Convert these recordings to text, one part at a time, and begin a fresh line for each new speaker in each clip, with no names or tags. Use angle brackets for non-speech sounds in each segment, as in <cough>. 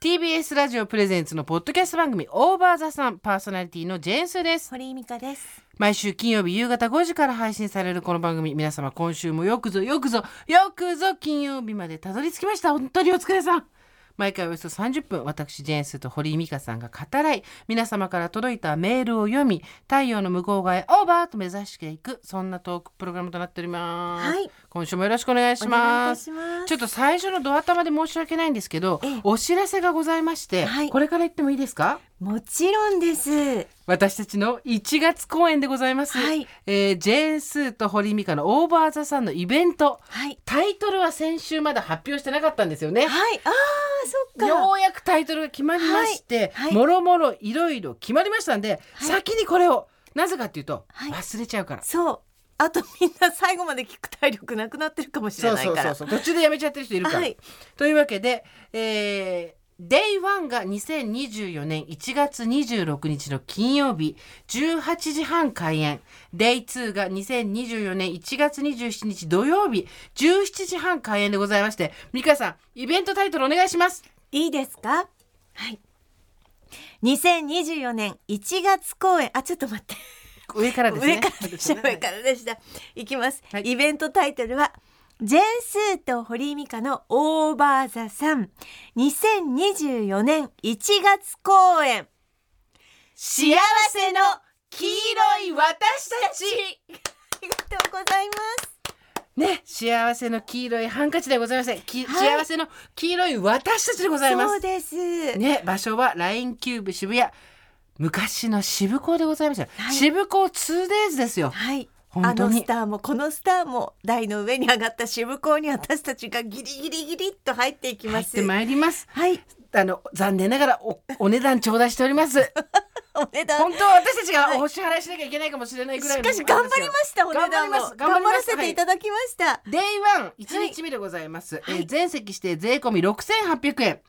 TBS ラジオプレゼンツのポッドキャスト番組「オーバーザさんパーソナリティのジェーンスーです
堀井美香です。
毎週金曜日夕方5時から配信されるこの番組皆様今週もよくぞよくぞよくぞ金曜日までたどり着きました本当にお疲れさん毎回およそ30分私ジェーンスーと堀井美香さんが語らい皆様から届いたメールを読み太陽の向こう側へオーバーと目指していくそんなトークプログラムとなっております、
はい
今週もよろしくお願いし
お願い
ま
いた
す
します
ちょっと最初のドア玉で申し訳ないんですけど、
ええ
お知らせがございまして、
はい
これから言ってもいいですか
もちろんです。
私たちの1月公演でございます、
はい
えージェーン・スーと堀井美香の「オーバー・ザ・さん」のイベント
はい。
タイトルは先週まだ発表してなかったんですよね。
はい。ああ、そっか。
ようやくタイトルが決まりまして、
はいはい
もろもろいろいろ決まりましたんで、
はい
先にこれをなぜかっていうと、
はい
忘れちゃうから。
そう。あとみんな最後まで聞く体力なくなってるかもしれ
そう
ない
そう
か
そう
ら。
そう途中でやめちゃってる人いるから。
はい。
というわけで、えー、デイワンが2024年1月26日の金曜日18時半開演デイツーが2024年1月27日土曜日17時半開演でございまして美香さんイベントタイトルお願いします
いいですか。はい。2024年1月公演あちょっと待って
上からですね
上からでした上からでしたいきます、
はい
イベントタイトルはジェンスーと堀井美香のオーバーザさん2024年1月公演
幸せの黄色い私たち
ありがとうございます。
ね、幸せの黄色いハンカチでございません、き
はい
幸せの黄色い私たちでございます
そうです。
ね、場所は LINE キューブ渋谷昔の渋港でございました、
はい
渋港 2days ですよ
はい。あ
本当
の
に
スターもこのスターも台の上に上がった渋港に私たちがギリギリギリっと入っていき
入
ま
って
す。
まいります
はい。
あの残念ながらおお値段頂戴しております
<laughs> お値段
本。当は私たちがお支払いしなきゃいけないかもしれないぐらい
し
の
かし頑張りましたお値
頑張
段
り
も
ま
頑張
す頑張りま
ら
す
せていただきました。
デイワン一日目でございます、
い
えー全席指定税込み6800円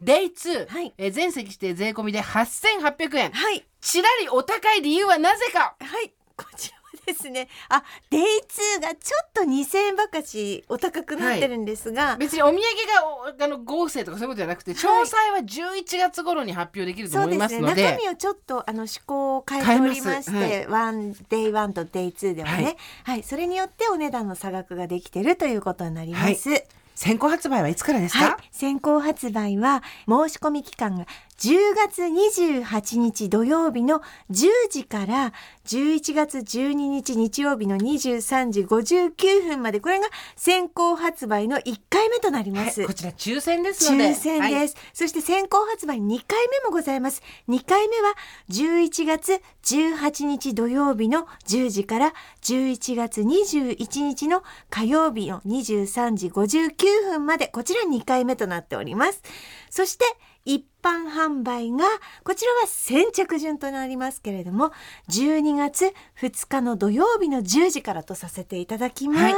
デイツー、
はい
えー全席指定税込みで8800円
はい
ちらりお高い理由はなぜか
はいこちらはですね。あデイツーがちょっと2000円ばかしお高くなってるんですが、
別にお土産がおあの豪勢とかそういうことじゃなくて、詳細は11月頃に発表できると
そう
思い
で
ますす
ね。
ので
中身をちょっとあの思考を変えておりまし
変
て、ワンデイワンとデイツーではね、
は
はいい、それによってお値段の差額ができてるということになります。はい、
先行発売はいつからですか、
先行発売は申し込み期間が10月28日土曜日の10時から11月12日日曜日の23時59分まで、これが先行発売の1回目となり
は
ま
い
す。
こちら抽選ですので
抽選
は
で
い
す、そして先行発売2回目もございます2回目は11月18日土曜日の10時から11月21日の火曜日の23時59分までこちら2回目となっておりますそして一般販売がこちらは先着順となりますけれども12月2日の土曜日の10時からとさせていただきます、
はい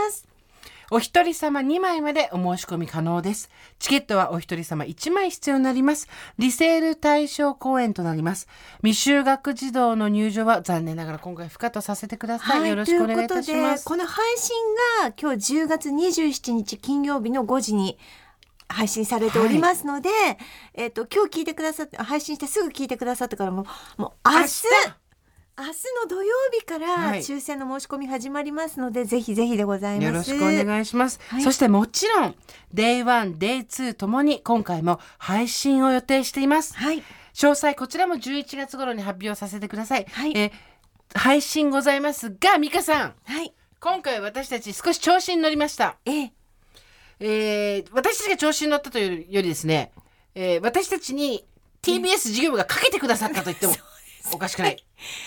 お一人様2枚までお申し込み可能です。チケットはお一人様1枚必要になります。リセール対象公演となります。未就学児童の入場は残念ながら今回不可とさせてください。
はい、
よろしくお願いいたします。
ということでこの配信が今日10月27日金曜日の5時に配信されておりますので、えっ、と今日聞いてくださって配信してすぐ聞いてくださったからもうもう明日
明日
明日の土曜日から
はい
抽選の申し込み始まりますので、ぜひぜひでございます。
よろしくお願いします。
はい
そしてもちろん、Day1、Day2 ともに今回も配信を予定しています。
はい、
詳細こちらも11月頃に発表させてください。
はい
えー配信ございますが、美香さん、
はい、
今回私たち少し調子に乗りました。
ええ、
えー私たちが調子に乗ったというよりですね、えー私たちに TBS 事業部がかけてくださったと
<laughs>
言ってもおかしくない。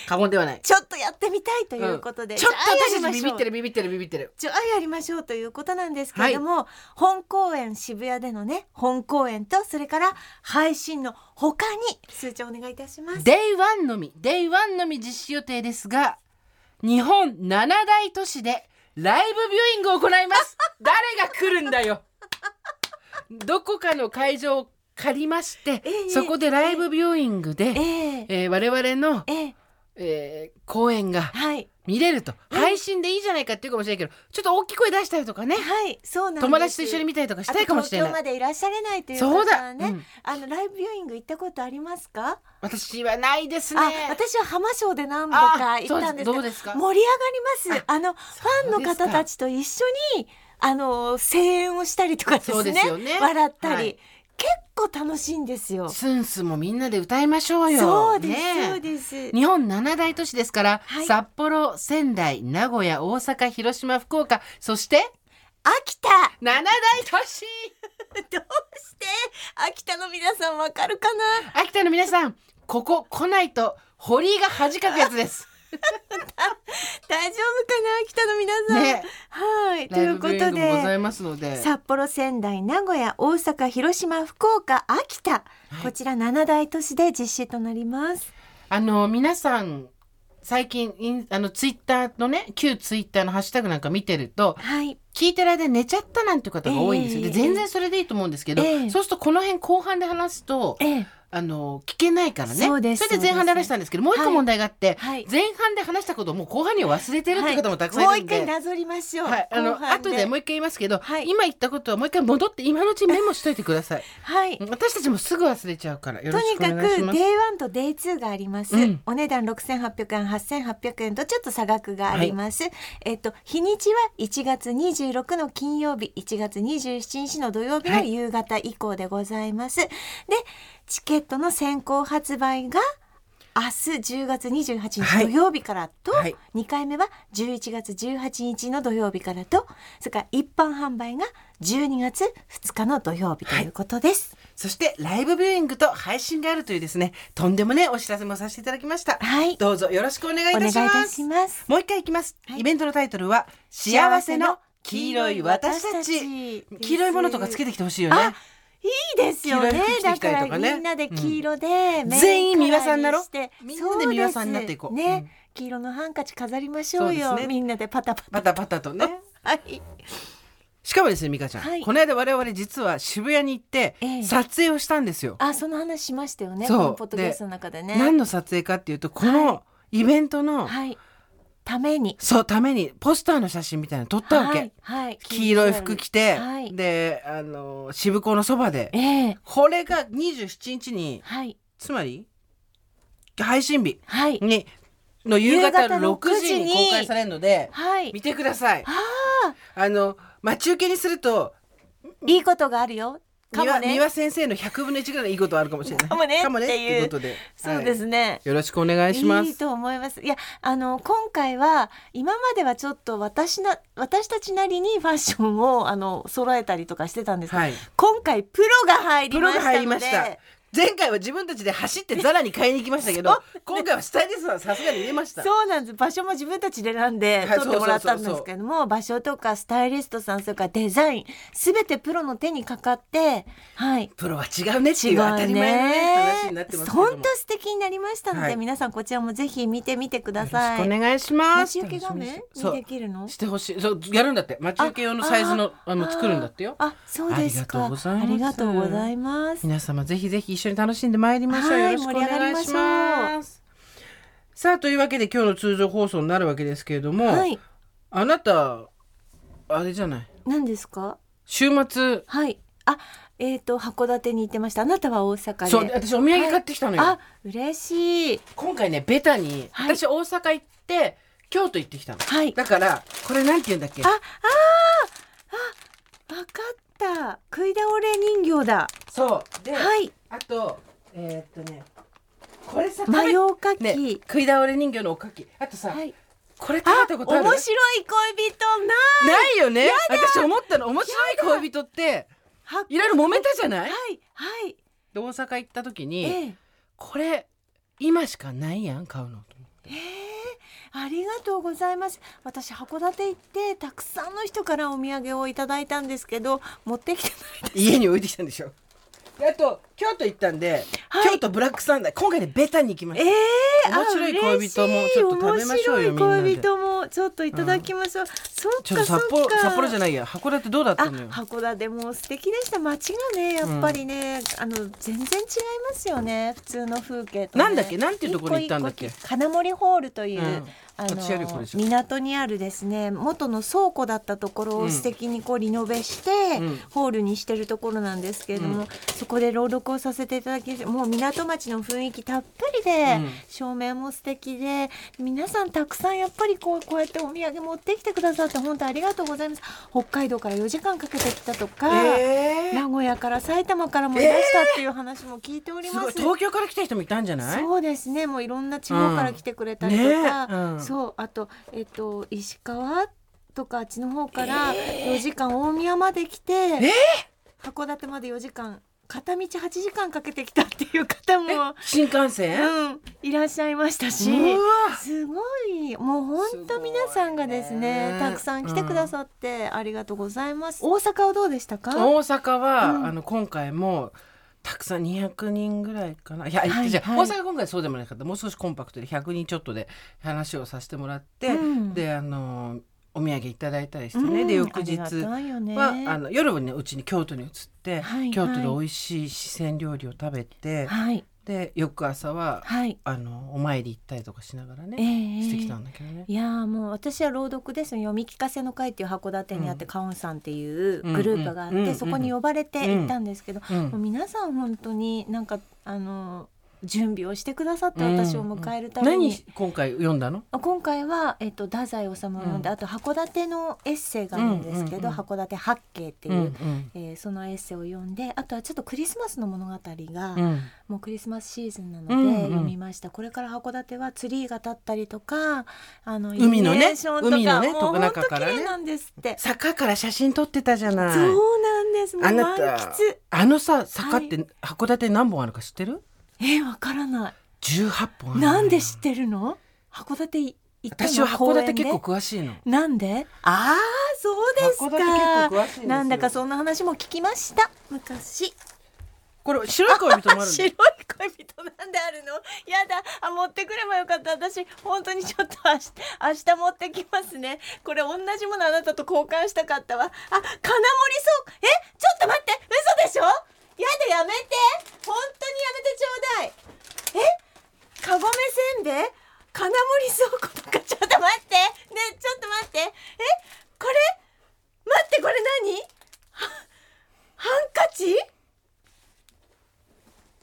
過言ではない。
ちょっとやってみたいということで、
うんちょっと
じゃあ
私
や
た
りま
ちビビ
しょ
っ
う
てるビビってるビビってる。
じゃあやりましょうということなんですけれども、本公演渋谷でのね本公演とそれから配信の他に数値お願いいたします。
デイワンのみ、デイワンのみ実施予定ですが、日本7大都市でライブビューイングを行い
<laughs>
ます。誰が来るんだよ。どこかの会場を借りまして、
ええ
そこでライブビューイングで、
ええ
えー我々の
ええ
えー公演が
はい
見れると配信でいいじゃないかっていうかもしれないけどちょっと大きい声出したりとかね
はいそうなんです
友達と一緒に見たりとかしたいかもしれ
あと
ない。
東京までいらっしゃれないという方
そうだ、
はね、
うん
あのライブビューイング行ったことありますか、
私はないですね。
あ私は浜松で何度
あ
か行ったんですけ
そうど
ど
うですか。
盛り上がりますあのファンの方た
ち
ちと一緒にあの声援をしたりとかです
そう
ね
ですよね
笑ったり、
はい
結構楽しいんですよ
スンスもみんなで歌いましょうよ。
そうです、
ねえ
そうです
日本七大都市ですから、
はい
札幌、仙台、名古屋、大阪、広島、福岡、そして
秋田
七大都市
<laughs> どうして秋田の皆さんわかるかな
秋田の皆さん、ここ来ないと堀井が恥かくやつです。
大丈夫かな秋田の皆さん、
ね、
はい <laughs> と
ラ
い
イ
う
ブ
こ
ビューイ
と
ングもござ
で
いますので。
札幌仙台名古屋大阪広島福岡秋田、こちら七大都市で実施となります
あの皆さん最近インあのツイッターのね旧ツイッターのハッシュタグなんか見てると
はい
聞いてる間に寝ちゃったなんていう方が多いんですよ、
ええ
で全然それでいいと思うんですけど、
ええ
そうするとこの辺後半で話すと
ええ
あの聞けないからね
そうです
れで前半で話したんですけどもう一個問題があって、
はい
前半で話したことをもう後半には忘れてるっていう方もたくさんい
はい
るん
もう一回
で。
なぞりましょう。
はい、あの
後半
後でもう一回言いますけど、
はい
今言ったことはもう一回戻って今のうちにメモしといてく
<laughs>
ださい
はい。
私たちもすぐ忘れちゃうからよ
と
ろし
に
くお
か
願いし
く
ま
Day1
す
と Day2 があります、
うん
お値段6800円8800円とちょっと差額があります、えっと日にちは1月26の金曜日1月27日の土曜日
は
の
い
夕方以降でございます、でチケットの先行発売が明日10月28
は
日
い
土曜日からと、
はい
2回目は11月18日の土曜日からとそれから一般販売が12月2日の土曜日ということです。
そしてライブビューイングと配信があるというですね、とんでもねお知らせもさせていただきました。
はい
どうぞよろしくお願いい
お願い
た
い
します。
たします。
もう一回いきます、
はい
イベントのタイトルは幸せの黄色い私たち。
です
黄色いものとかつけてきてほしいよ
あ
ね。
いいですよね
黄色い服着。て
だ
き
か
たり
ら
とかね
みんなで黄色で、
うん
メイン
全員
カラー
美輪さんだろ
にして
みんなで美輪さんになっていこう
そです
うん
ね、黄色のハンカチ飾りましょう
そう
よ。
ですね
みんなでパタパタ。
パタパタとね。
はい。
しかもですね、美香ちゃん、
はい
この間我々実は渋谷に行って
ええ
撮影をしたんですよ。
あ、その話しましたよね。
そう
このポッドキャストの中でね。
何の撮影かっていうと、このイベントの、
はい。ために。
そうためにポスターの写真みたいなの撮ったわけ。
はい。はい
黄色い服着て、
はい
で、あの渋港のそばで
ええ
これが27日に
はい。
つまり配信日
はい。
にの夕方
夕方
6
6
時
時
に
に
公開されるので
はい
見。てください。
あ
あの待ち受けにすると
いいことがあるよ。か
三
も
輪、
ね
三。輪先生の100分の1ぐらいのいいことあるかもしれない。
かもね
って
っていう
いうことで。
そうですね。
はいよろしくお願いしま
いい
す。
と思います。いや、あの今回は今まではちょっと私な私たちなりにファッションをあの揃えたりとかしてたんですけど、
はい。
今回プロが入り
プ
ま
ロ
し
が
た
入
の
り
で、
ました。前回は自分たちで走ってザラに買いに行きました
<laughs>
けど、今回はスタイリストはさすがに入れました。
そうなんです。場所も自分たちで選んで
はい
撮ってもらったんですけども、場所とかスタイリストさんそれからデザインすべてプロの手にかかって、はい。
プロは違うねって
違
いうう当たり前のね話になってますけども。
本当素敵になりましたので、
はい
皆さんこちらもぜひ見てみてください。
よろしくお願いします。
待ち受け画面
そ
に
う
できるの？
してほしい。そうやるんだって。待ち受け用のサイズのあの作るんだってよ。
あ、そうですか。
ありがとうございます
ありがとうございます。
皆様ぜひぜひ一緒に楽しんでまいりましょう。
は
よ
い
ろしくお願いし
盛り上がり
ます。さあというわけで今日の通常放送になるわけですけれども、
はい。
あなたあれじゃない。
何ですか？
週末
はい。あ、えっ、と函館に行ってました。あなたは大阪で。
そう私お土産買ってきたのよ。
あ、嬉しい。
今回ねベタに、
はい
私大阪行って京都行ってきたの。
はい。
だからこれなんて言うんだっけ
あ。わかった。食い倒れ人形だ。
そうで、
はい。
あとえーっとねこれさ
マヨおかき。
ね、食い倒れ人形のおかき。あとさ、
はい。
これ食
あ
べた、ことある
面白い恋人な。
ないよね私思ったの、面白い恋人って、
はい
ろいろ揉めたじゃない
はい。はい。
で大阪行った時
え
に、
え
これ、今しかないやん、買うの。
ありがとうございます。私函館行ってたくさんの人からお土産をいただいたんですけど、持ってきてない。
家に置いてきたんでしょ。であと、京都行ったんで、
はい
京都ブラックサンダー今回でベタに行きま
え
し
えー、
面白い恋人もちょっと食べましょう
面白
よ
い
み
恋
んなで
人もちょっといただきましょう。そった
ちょ
か
っと
そっ
札幌
か。
札幌じゃないや函館どうだったのよ
あ、函館も素敵でした。街がね、やっぱりね、あの全然違いますよね。普通の風景と、ね。
なんだっけなんていうところに行ったんだっけ
一個一個金森ホールという、
うん
あ
こっちやるよこれ
の
じゃ
港にあるですね、元の倉庫だったところ
うん
を素敵にこうリノベして、
うん
ホールにしてるところなんですけれども、
うん
そこで朗読をさせていただき、もう港町の雰囲気たっぷりで、
うん
照明も素敵で皆さんたくさんやっぱりこうこうやってお土産持ってきてくださって本当ありがとうございます北海道から4時間かけてきたとか、
えー
名古屋から埼玉からもいらしたっていう話も聞いており
す
ま
ごい
す。
東京から来た人もいたんじゃない
そうですねもういろんな地方から来てくれたりとか、
うんねえうん
そうあと、えっと、石川とかあっちの方から4時間大宮まで来て、函館まで4時間片道8時間かけてきたっていう方も
え新幹線、
うん、いらっしゃいましたし
うわ
すごいもう本当皆さんがですね
すごいね
たくさん来てくださってありがとうございます、大阪はどうでしたか
大阪は、
うん
あの今回もたくさん200人ぐらいかないや、
はい
じゃあ
はい
大阪今回そうでもなかったもう少しコンパクトで100人ちょっとで話をさせてもらって、
うん
であのお土産いただいたりして
うん
ね、で翌
あ
日
りがたいよね
はあの夜はねうちに京都に移って、
はいはい
京都で美味しい四川料理を食べて、
はい
で翌朝は
はい
あのお参り行ったりとかしながら
ええ
ね、してきたんだけどね。
いやーもう私は朗読です読み聞かせの会っていう函館にあって、カオンさんっていうグループがあって、
うんうんうん
そこに呼ばれて行ったんですけど、
うん
もう皆さん本当になんかあの準備をしてくださって私を迎えるために、
何今回読んだの？
今回は、えっと、太宰治の、
うん
あと函館のエッセイがあるんですけど、
うんうんうん
函館八景っていう、
うんうん
えーそのエッセイを読んであとはちょっとクリスマスの物語が、
うん
もうクリスマスシーズンなの
うんうん
で読みました、これから函館はツリーが立ったりとかあの
海の
イルミ
ね
ネーションとか
海のね
もう
と
本
中
当
か
綺
らね
麗なんですって、
坂から写真撮ってたじゃない。
そうなんですもう
あな
満
た
喫
あのさ坂って函館何本あるか知ってる
えーわからない、
18本あるのよ
なんで知ってるの函館行ったの
私は函館結構
公
詳しいの
園でなんでああそうですか
函館結構詳しいんですよ
なんだかそんな話も聞きました昔
これ白い恋人もあるんだ
白い恋人なんであるのやだあ持ってくればよかった私本当にちょっと明日明日持ってきますねこれ同じものあなたと交換したかったわあ金森そうえちょっと待って嘘でしょやだやめて本当にやめてちょうだいえかごめせんべい金森倉庫とかちょっと待ってねえちょっと待ってえこれ待ってこれ何はハンカチ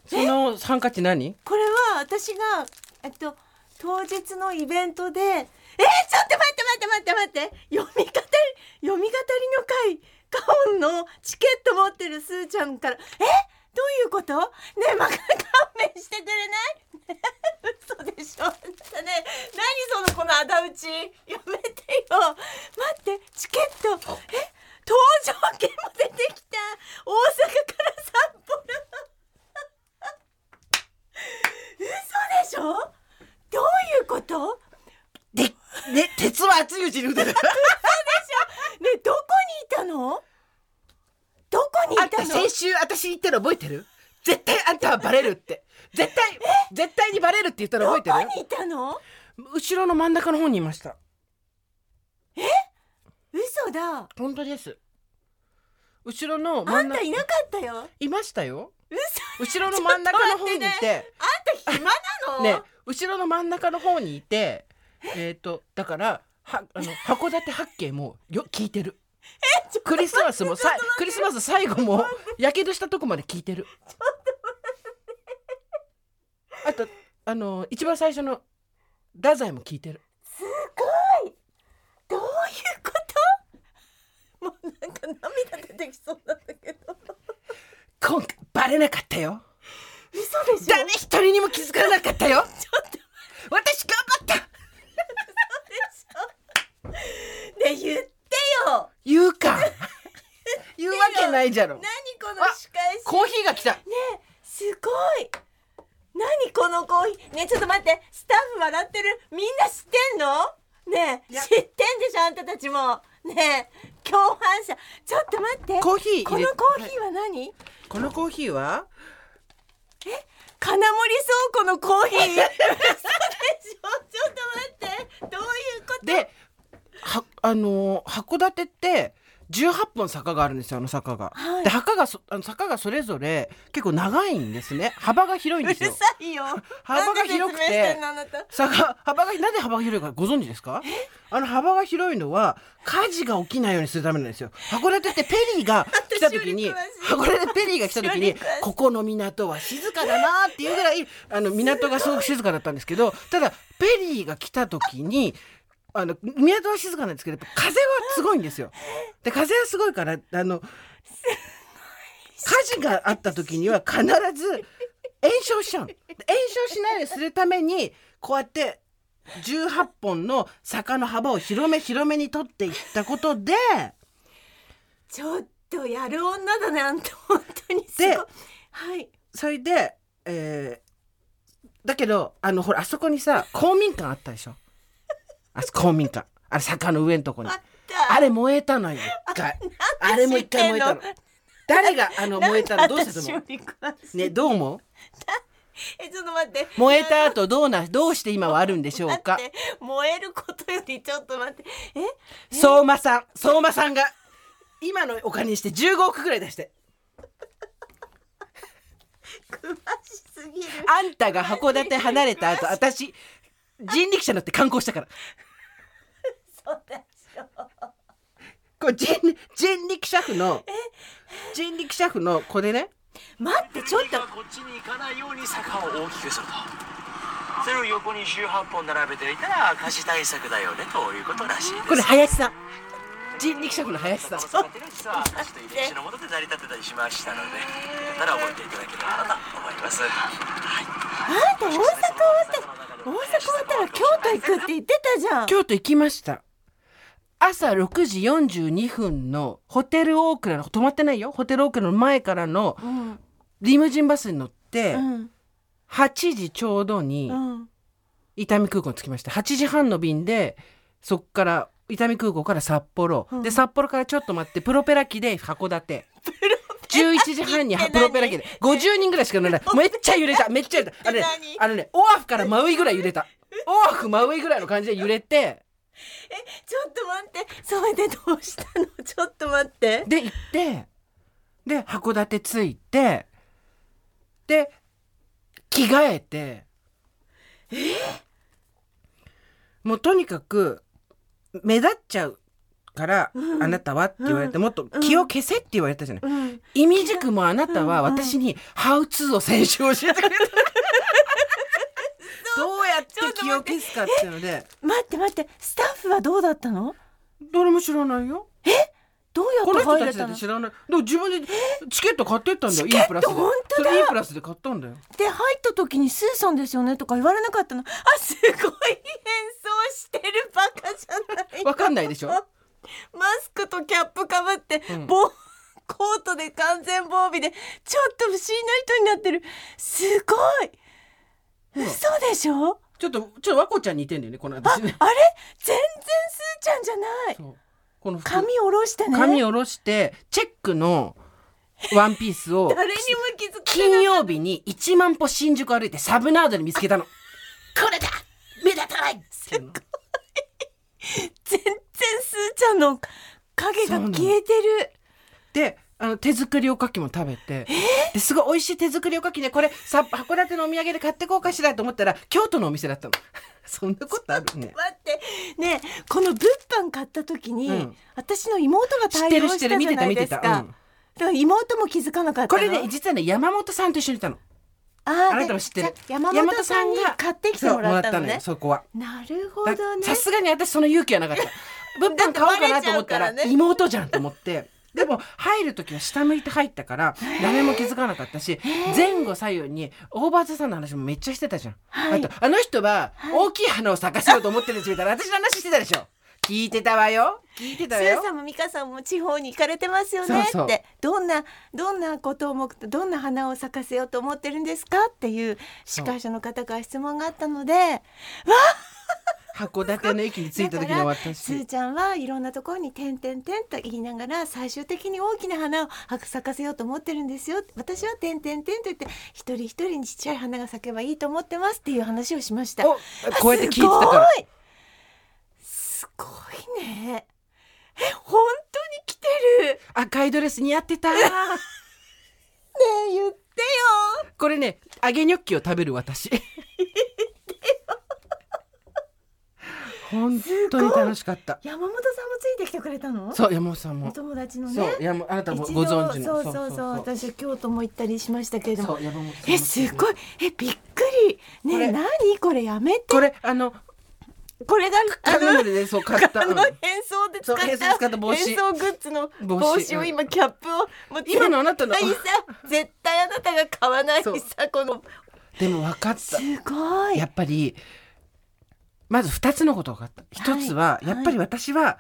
そのハンカチ何
これは私がえっと当日のイベントでえー、ちょっと待って待って待って待って読み語り読み語りの会カオンのチケット持ってるすーちゃんからえどういうことねえまか勘弁してくれないねえ嘘でしょあなたね何そのこの仇討ちやめてよ待ってチケットえ搭乗券も出てきた大阪から札幌嘘でしょどういうこと
でね鉄は熱いうちに打てる
ねえどこにいたのどこにい
あん
た
た
の
先週私言ったの覚えてる絶対あんたはバレるって絶対絶対にバレるって言ったの覚
どこ
えて
にいたの
る後ろの真ん中の方にいました
嘘だ
本当です後ろの
あ
真ん
ん
中
たいなかったよあん
いましたよ
嘘
後ろの真ん中の方にい
ちょっと待ってた暇なの、
ね、後ろの真ん中の方にいて、えっ、と、だから、は、あの、函館八景も、よ、聞いてる。クリスマスも、さ、クリスマス最後も、やけどしたとこまで聞いてる。あと、あの、一番最初の、太宰も聞いてる。
どういうこともうなんか涙出てきそうなんだけど
今回、バレなかったよ。
嘘
<laughs>
でしょ
誰一人にも気づかなかった
ち
よ。
ょっと
私頑張った。
ねえ言ってよ
言う
<laughs>
か。言うわけないじゃろ
何。この仕返し
コーヒーが来た。
すごい何このコーヒーねえちょっと待ってスタッフ笑ってるみんな知ってんのねえ
いや
知ってんでしょあんたたちもねえ共犯者ちょっと待って
コーヒー
こ
入
の
れ
コーヒーは何、
このコーヒーは
金森倉庫のコーヒー嘘でしょちょっと待ってどういうこと
ではあのー函館って18本坂があるんですよあの坂が。
はい
で墓がそあの坂がそれぞれ結構長いんです
<laughs>
ね幅が広いん
う
で
る
すよ。
さいよ
幅が広くて
なんで説明してんのあなた
坂幅がなんで幅が広いかご存知ですかあの幅が広いのは火事が起きないようにするためなんですよ函館ってペリーが来た時に
私より詳しい
函館ペリーが来た時
私よ
<laughs> に
り詳しい
ここの港は静かだなっていうぐらいあの港がすごく静かだったんですけどただペリーが来た時にあの港は静かなんですけどやっぱ風はすごいんですよ。で風はすごいからあの火事があった時には必ず炎症しちゃう炎症しないようにするためにこうやって18本の坂の幅を広め広めに取っていったことで
ちょっとやる女だねあんた本当にすごい
で
はい
それで、えーだけどあのほらあそこにさ公民館あったでしょあそこ公民館あれ坂の上のとこに
あっ
あ
た
れ燃えたのよ一回あれも一回燃えたの誰があの燃えたのどうしたと思
なん
う
で私より詳しい
ねどう思う
えちょっと待って
燃えた後どうなどうして今はあるんでしょうか
待って燃えることよりちょっと待ってえ
相馬さん相馬さんが今のお金にして15億ぐらい出して
詳しすぎる
あんたが函館離れた後私人力車乗って観光したから
そうでしょ
これ人人力車夫の人力車夫の子でね
待ってちょっと
がこっちに行かないように坂を大きくするとそれを横に18本並べていたら赤字対策だよねということらしいです
これ林さん人力車夫の林さん
坂を使ってる実は赤字という歴史のもとで成り立ってたりしましたのでよかったら覚えていただければなと思います
あんた大阪終わった大阪終わったら京都行くって言ってたじゃん
京都行きました朝6時42分のホテルオークラの泊まってないよホテルオークラの前からの
うん
リムジンバスに乗って
うん
8時ちょうどに、
うん
伊丹空港に着きました8時半の便でそっから伊丹空港から札幌、
うん
で札幌からちょっと待ってプロペラ機で函館11時半に
って何
プロペラ機で50人ぐらいしか乗れ
<laughs>
ないめっちゃ揺れためっちゃ揺れたあのね
何
あのねオアフから真上ぐらい揺れたオアフ真上ぐらいの感じで揺れて
ちょっと待ってそれでどうしたのちょっと待って
で行ってで函館着いてで着替えてもうとにかく目立っちゃうから、
うん
あなたはって言われて、もっと気を消せって言われたじゃない、
うん
意味軸もあなたは
うんうん
私に「ハウツーを選手を教えてくれたどうやって気を消すかっていうので
待って待ってスタッフはどうだったの
誰も知らないよ
どう
この
やっ
人
て入
た
れ
ち
た
だって
の
知らないでも自分でチケット買ってったんだよ
チケット
E プラスで
本当だ
それ E プラスで買ったんだよ
で入った時に「スーさんですよね」とか言われなかったのあすごい変装してるバカじゃない
わかんないでしょ
<laughs> マスクとキャップかぶって、
うん
防 <laughs> コートで完全防備でちょっと不思議な人になってるすごい
ほら
嘘でしょ
ちょっとちょっと和子ちゃんに似てんだよねこの私ね
あれ全然スーちゃんじゃない
そうこの服
髪下ろしてね
髪下ろしてチェックのワンピースを
<laughs> 誰にも気づかない
金曜日に1万歩新宿歩いてサブナードに見つけ
<laughs>
たのこれだ目立たないっていうの
全然スーちゃんの影が消えてる
であの手作りおかきも食べてですごい美味しい手作りおかきねこれさ函館のお土産で買ってこうかしらと思ったら京都のお店だったの <laughs> そんなことあるね
待ってねえこの物販買った時に、
うん
私の妹が
知っ
対
てる
応
知っ
してた
る見
じゃ
てた
ない
見
で
て
すか
た、
だ
うん
から妹も気づかなかった
こ
の
れね実はね山本さんと一緒にいたの
あー
あなたも知ってる
でじゃあ山本さんに買ってきてもらったのね
そうもらったの
な
よそこは
るほ
だ
どね
さすがに私その勇気はな
<laughs>
かった物販買おうかなと
だってバレちゃ
思ったら
うからね
妹じゃんと思ってでも入る時は下向いて入ったから誰も気づかなかったし前後左右に大場さんの話もめっちゃしてたじゃん、
はい
あとあの人は大きい花を咲かせようと思ってるんですみたいな私の話してたでしょ聞いてたわよ聞いて
ス
たわ
ー
よ
さんも美香さんも地方に行かれてますよねって
そうそう
どんなどんなことを目どんな花を咲かせようと思ってるんですかっていう司会者の方から質問があったので
函館の駅に着いた時の
すー
私
ちゃんはいろんなところに点点点と言いながら最終的に大きな花を咲かせようと思ってるんですよ私は点点点と言って一人一人にちっちゃい花が咲けばいいと思ってますっていう話をしました
おこうやって聞いてたから
すごいすごいねえ本当に来てるね
赤いドレス似合ってた
え言ってよ
これね揚げニョッキを食べる私 <laughs> 本当に楽しかった
山本さんもついてきてくれたの
そう山本さん
お
も
友達のね
そう山あなたも
一
ご
度
存知
そ
の
うそうそう
そう
私京都も行ったりしましたけれども
そう山本さんも
えすごいえびっくり
こ
ね
れ
え何これやめて
これあの
これが
カヌーでそう買った、
あ
うん
の変装で使
そう
った
変装で使った帽子
変装グッズの
帽
帽
子
子
う
を
ん
今キャップをもう
今のあなたの
絶対さ絶対あなたが買わないさ
そう
この
でも分かった
すごい
やっぱりまず2つのことがあった
は
1
い
つはやっぱり私は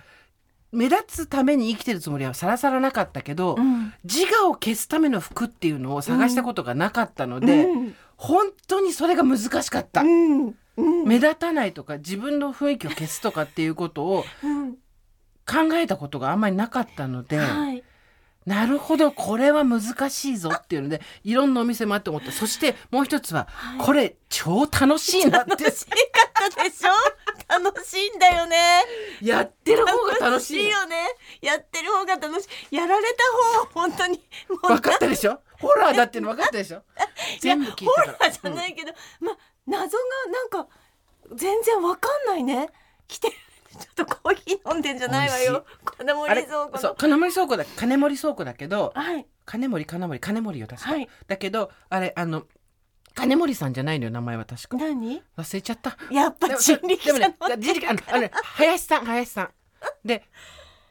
目立つために生きてるつもりはさらさらなかったけど、
うん
自我を消すための服っていうのを探したことがなかったので、
うん
本当にそれが難しかった、
うんうん
目立たないとか自分の雰囲気を消すとかっていうことを
うん
考えたことがあんまりなかったので、
はい
なるほどこれは難しいぞっていうのでいろんなお店もあって思ったそしてもう一つは、
はい
これ超楽しいなって
楽しかったでしょ楽しいんだよね
やってる方が楽しい
よねやってる方が楽しいやられた方は本当にもう
分かったでしょホラーだっていうの分かったでしょ全部聞いたから
ホラーじゃないけど、まあ謎がなんか全然わかんないね来てるちょっとコーヒー飲んでんじゃないわよ子供
あれ
理想庫
そう
の
金森倉庫だ金森倉庫だけど
はい
金森金森金森よ確か、
はい
だけどあれあの金森さんじゃないのよ名前は確か
何
忘れちゃった
やっぱ
でも
人力車
で
の、
もね人力あのあのね林さん林さんで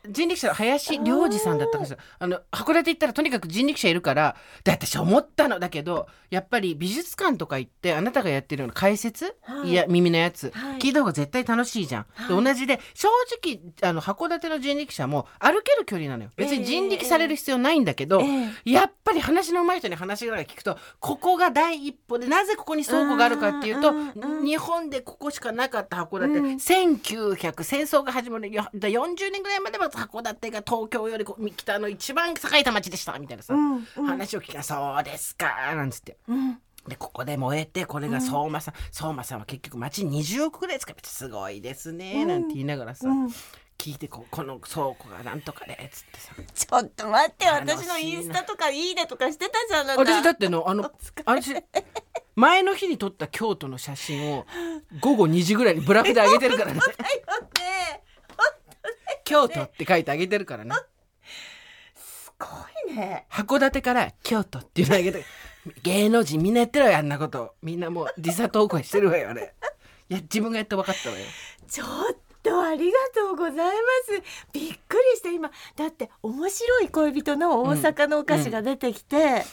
人力車の林良二さんだったかしらあの函館行ったらとにかく人力車いるからで私思ったのだけどやっぱり美術館とか行ってあなたがやってるような解説、
はい
い、や耳のやつ、
はい
聞いた方が絶対楽しいじゃん、で
はい
同じで正直あの函館の人力車も歩ける距離なのよ別に人力される必要ないんだけど、
ええ
やっぱり話の上手い人に話しながら聞くとここが第一歩でなぜここに倉庫があるかっていうと
うんうんうん
日本でここしかなかった函館、
うん
1900戦争が始まるよ40年ぐらいまでは函館が東京よりこう北の一番栄えた町でしたみたいなさ、
うんうん
話を聞かそうですか」なんつって。
うん
でここで燃えてこれが相馬さん、相馬さんは結局町に20億ぐらい使ってすごいですね」なんて言いながらさ、
うん
聞いてこ「この倉庫がなんとかで」っつってさ
ちょっと待って
楽しい
私
な
のインスタとかいいねとかしてたじゃんあなた
私だってのあのあれし前の日に撮った京都の写真を午後2時ぐらいにブラフで上げてるからね
だよね
京都って書いてあげてるからね
すごいね
函館から京都っていうのあげて芸能人みんなやってるわよあんなことみんなもう時差投稿してるわよあれいや自分がやって分かったわよ
ちょっとありがとうございます。びっくりして今だって面白い恋人の大阪のお菓子が出てきて、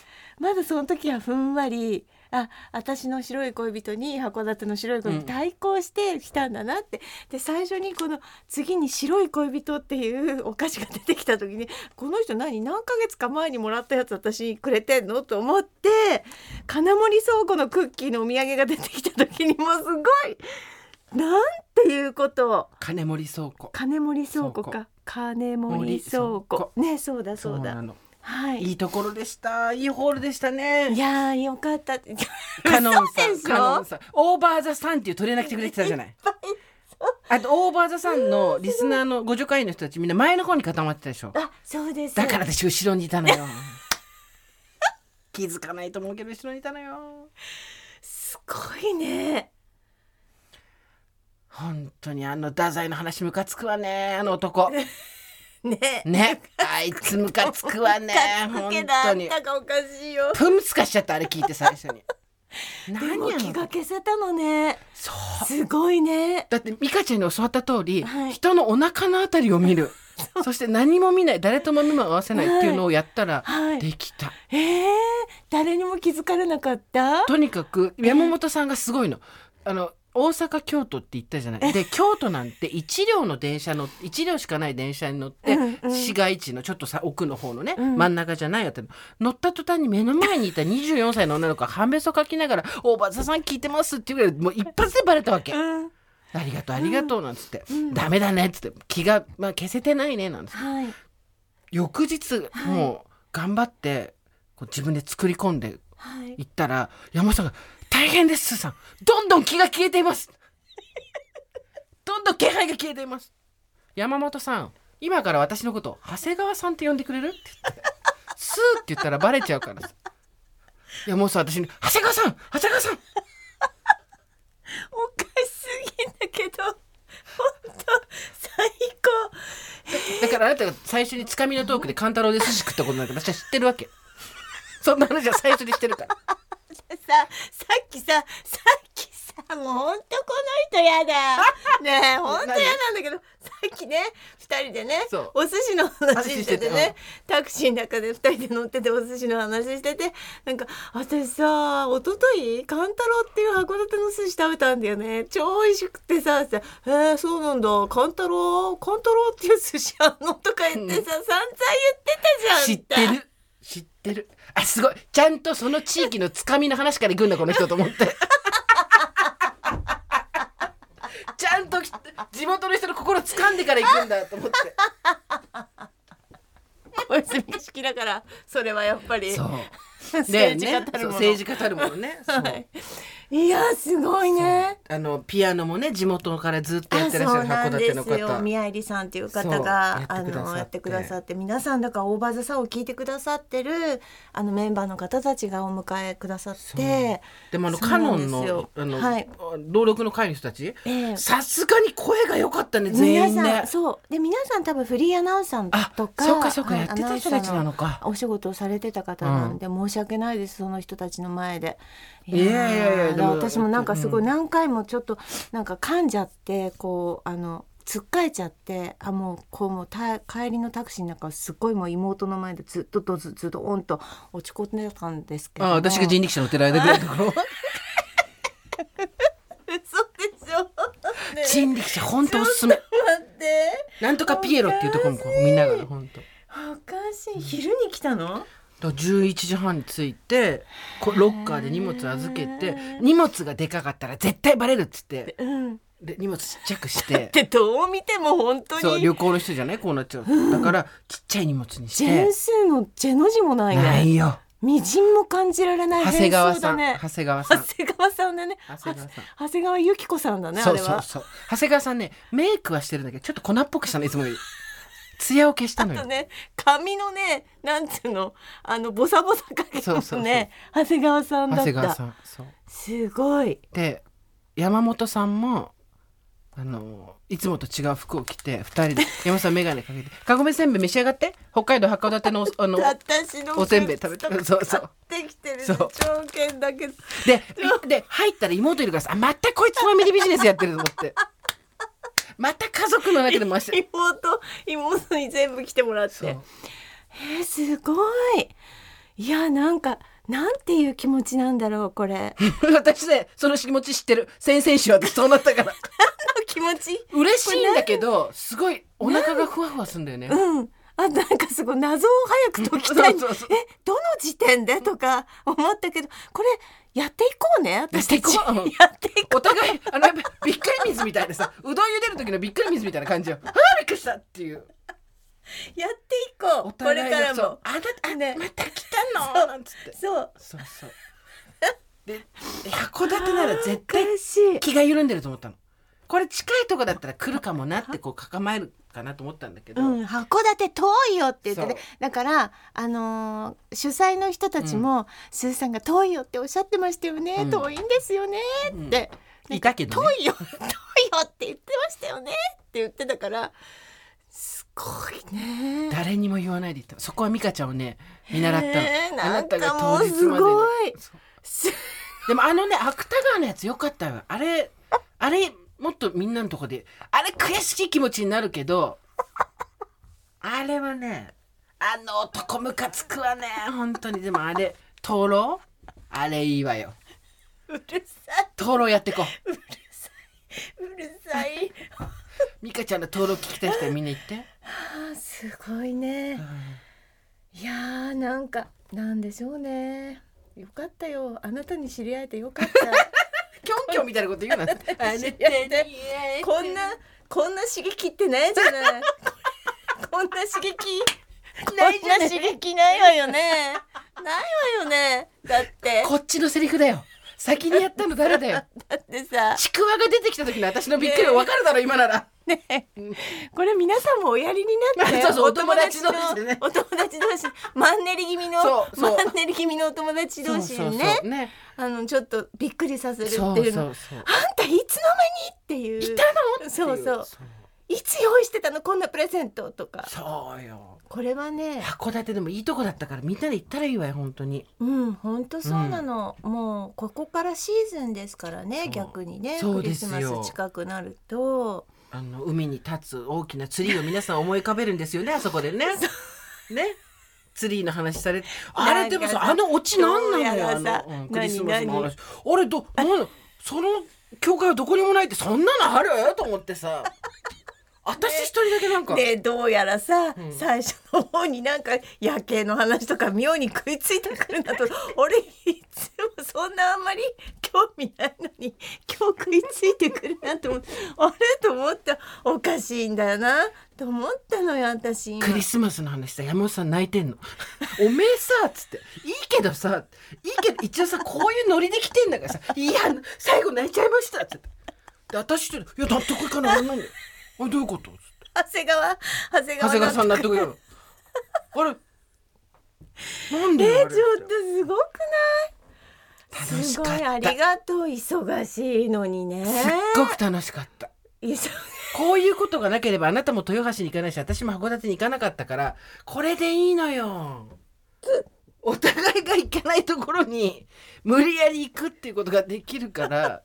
まだその時はふんわり。あ私の白い恋人に函館の白い恋人
うん
に対抗してきたんだなって、で最初にこの次に白い恋人っていうお菓子が出てきた時にこの人何何ヶ月か前にもらったやつ私にくれてんのと思って金森倉庫のクッキーのお土産が出てきた時にもうすごいなんていうことを
金森倉庫
金森倉庫
倉
か金森倉
森倉
庫ねそうだそうだ
なの
はい
いいところでしたいいホールでした
い
ね
やーよかったいっ
<laughs> カノンさ
嘘
ん
でしょ
カノンさんオーバーザサンっていうトレーナー着てくれてたじゃない
ぱい
あとオーバーザさんのリスナーのご助会員の人たちみんな前の方に固まってたでしょ
あそうです
だから私後ろにいたの
<laughs>
よ気づかないと思うけど後ろにいたのよ
すごいね
本当にあの太宰の話ムカつくわねあの
<laughs>
男
ね
ねあいつムカつくわね
ムカつ
本
くけど
当
あ
に
んたがおかしいよ
プンムスかしちゃったあれ聞いて最初に
<laughs> で
何
も
や
気が
の
消せたのね
そう
すごいね
だって美香ちゃんに教わった通り、
はい
人のお腹のあたりを
<laughs>
見るそして何も見ない誰とも目も合わせないっていうのをやったら
はい
できた、
えー、誰にも気づかれなかった
とにかく山本さんがすごいの。あの大阪京都って言ったじゃないで京都なんて1両の電車の1両しかない電車に乗って、
うんうん
市街地のちょっとさ奥の方のね、
ん
真ん中じゃないやつ乗った途端に目の前にいた24歳の女の子が半べそかきながら「おばあさん聞いてます」っていうぐらいもう一発でバレたわけ
うん
ありがとうありがとうなんつって、ダメだねっつって気が、まあ、消せてないねなんつって
はい。
翌日、もう頑張ってこう自分で作り込んで
はい。
行ったら山本さんが「大変ですスーさんどんどん気が消えています」「どんどん気配が消えています」「山本さん今から私のこと長谷川さんって呼んでくれる?」って言って「スー」って言ったらバレちゃうからさいやもうさ私に「長谷川さん長谷川さん
おかしすぎんだけど、本当最高。
だからあなたが最初につかみのトークで勘太郎で寿司食ったことなんか私は知ってるわけそんな話は最初にしてるから
さ、さっきさ、さっきさ、もう本当この人や
<laughs>
だ。ねえ、本当
何
やなんだけど、さっきね、二人でね
そう、
お寿司の話してて
話して
ね、タクシーの中で二人で乗っててお寿司の話してて、なんか、私さ、一昨日カンタロウっていう函館の寿司食べたんだよね。超美味しくてさ、さ、えー、そうなんだ、カンタロウ、カンタロウっていう寿司あんのとか言ってさ、散々言ってた
知
じゃん。
ってる知ってるあすごいちゃんとその地域のつかみの話から行くんだこの人と思って
<laughs>
ちゃんとき地元の人の心掴んでから行くんだ
<laughs>
と思って
<laughs> お休み式だから、それはやっぱり。
そう
<laughs> 政治家たる
ねそう
もの。
政治家たるも
<laughs>
のねそう
い、いやすごいね。
あのピアノもね地元からずっとや
あ
ってらっ
そう
しゃ
なん
る函
で
館の
すよ
方
宮入さんっていう
そ
方
う
が
や
あ
ってくださって
のやってくださって皆さんだからオーバー・ザ・サを聞いてくださってるあのメンバーの方たちがお迎えくださって
でもあの
そう
カ
な
ノ
んで
ン
す
の
よ
あの、
はい
同録の会の人たち
ええ
さすがに声が良かったね全
皆
員
さ
ね
んそうで皆さん多分フリーアナウンサーとか
あそうかそうか
はい
やってた人たちなのか
アナウンサーのお仕事をされてた方なんで、申し訳ないですその人たちの前でい
いやいやいや
ー
でも
私もなんかすご
う
い
ん
何回もちょっとなんか噛んじゃってこうあのつっかえちゃってあもうこうもうた帰りのタクシーの中すっごいもう妹の前でずっとドズズドンと落ち込んでたんですけど
あ私が人力車乗ってる間ぐらいのところ
そうでしょ、ねえ
人力車本当おすすめ
待
<laughs>
って
なんとかピエロっていうところもこう見ながら本当。
おかしい昼に来たの
だから11時半に着いてこロッカーで荷物預けて荷物がでかかったら絶対バレるっつって
うん
で荷物ちっちゃ
<laughs>
くして
ってどう見ても本当
そう
に
旅行の人じゃないこうなっちゃうだからちっちゃい荷物にし
ジェ
て
ンスーのジェの字もない
な
ね
いよ
みじんも感じられない
長谷川
変装
さ
だ
ん
ね
長谷川さん
長谷川さんだね
長谷川さん
長谷川由紀子さんだねあ
そう
れ
そう
は
そう長谷川さんねメイクはしてるんだけどちょっと粉っぽくしたのいつもより艶を消したの
あ
よ
とね髪のねなんつうのあのボサボサかけ
そうそ
の
う
ね長谷川さんだ
長
っ
谷川さ
た
んそう
すごい
で山本さんもあのいつもと違う服を着て二人 <laughs> で山本さん眼鏡かけて「かごめせんべい召し上がって北海道函館のおあの
私の
おせんべい食べたそうそう
買ってきてるね
そう
条件だけど
でで入ったら妹いるからさあまたこいつファミリービジネスやってると思ってまた家族の中で回 <laughs> して
妹妹に全部来てもらっ
そ
て
う
えーすごいいやなんかなんていう気持ちなんだろうこれ
<laughs> 私ねその気持ち知ってる先々週私そうなったから
<laughs> 気持ち
<laughs> 嬉しいんだけどすごいお腹がふわふわするんだよね
うんあなんかすごい謎を早く解きたい
そうそうそう
えどの時点でとか思ったけどこれやっていこうね
やっていこう
私たち
うん
<laughs> やっていこ
お互いあのやっぱびっくり水みたいなさうどん茹でる時のびっくり水みたいな感じ <laughs> よあーびっくりしたっていう
うやっていこ
お
うこ
互い
れから
がそう
も
あなたあ
ね
また来たのなんつっ
<laughs>
て
そう
そう
<laughs>
そうでで函館なら絶対
嬉しい
気が緩んでると思ったのこれ近いとこだったら来るかもなってこう構えるかなと思ったんだけど、
うん、函館遠いよって言ってね
そう
だから、あのー主催の人たちも、スーさんが遠いよっておっしゃってましたよね、
うん
遠いんですよねって、
いたけどね
なんか遠いよ遠いよって言ってましたよねって言ってたからすごいね。
誰にも言わないでいったのそこは美香ちゃんをね見習ったの、
へー
あなたが
なんかも
当
う
日までに
すごい
そう
す
でもあのね芥川のやつよかったよあれあれもっとみんなのとこであれ悔しい気持ちになるけどあれはねあの男ムカつくわね本当にでもあれ灯籠あれいいわよ
うるさい
灯籠やってこう
うるさい。
美香ちゃんの灯籠聞きたい人はみんな言って
あーすごいね。いやーなんかなんでしょうね。よかったよあなたに知り合えてよかった。
今教みたいなこと言うな。
知っててこんなこんな刺激ってないじゃない <laughs> こんな刺激
ないじゃな
こん
い
な刺激ないわよねないわよねだって
こっちのセリフだよ。先にやったの誰だよ。
だってさ
ちくわが出てきた時の私のびっくりはわかるだろ、今なら。
これ皆さんもおやりになって <laughs>
そうそうお友達同士でね
お友達同士マンネリ気味の
そうそう
マンネリ気味のお友達同士にね
うね。
あのちょっとびっくりさせるっていう
そ
の
うそうそう。
あんたいつの間にっていういたのそうそう
そう。
いつ用意してたのこんなプレゼントとか
そうよ。
これは <laughs> ね
函館でもいいとこだったからみんなで行ったらいいわよ本当に。
うん本当そうなの、もうここからシーズンですからね
そう
逆にね
そ
ク
うで
リ
す
ス
よ
マス近くなると
あの海に立つ大きなツリーを皆さん思い浮かべるんです
<laughs>
よねあそこでね。ね。ツリーの話されてあれでも
なん
さ
かさ
あのオチなんなのよあ
どうやらさ
の、う
何
んクリスマスの話。あれどなんだその教会はどこにもないってそんなのあると思っ
<laughs>
てさ。私一人だけなんか。
でどうやらさ、
うん
最初の方になんか夜景の話とか妙に食いついてくるんだと
<laughs>
俺いつもそんなあんまり興味ないのに今日食いついてくるなと思ってあれと思ったおかしいんだよなと思ったのよ私今
クリスマスの話さ山本さん泣いてんの <laughs> おめえさっつっていいけどさいいけど一応さこういうノリで来てんだからさいや最後泣いちゃいましたっつってで私一人でいや納得いかないあんなんだよあれどういうことつって
長谷川長谷
長
川
谷川さん納得いかないあれなんでよ
え
あ
ー
れ
ちょっとすごくない
楽しかった
すごいありがとう忙しいのにね
すっごく楽しかった
忙
こういうことがなければあなたも豊橋に行かないし私も函館に行かなかったからこれでいいのよ。お互いが行かないところに無理やり行くっていうことができ
<laughs>
るから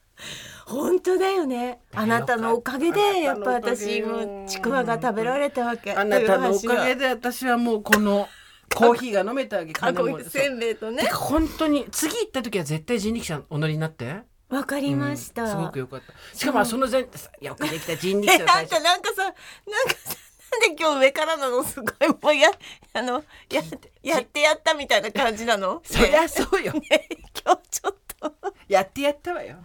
本当だよねあなたのおかげで
あ
やっ
な
ぱ
たのおかげ
私
よ
もちくわが食べられたわけ
あなたのおかげ
で
で私はもうこのコーヒーが飲めたわけ
あ
金
こう
も
いうせんべいと
て
ね
か本当に次行った時は絶対人力車お乗りになってあ
わかりました、
すごくよかったしかもその前よくできた人
え
力
あ
車
んたな
の会
ん
社
かさなんかさなんで今日上からなのすごいもうやあのややってやったみたいな感じなの <laughs>
そりゃそうよ
ね今日ちょっと
やってやったわよ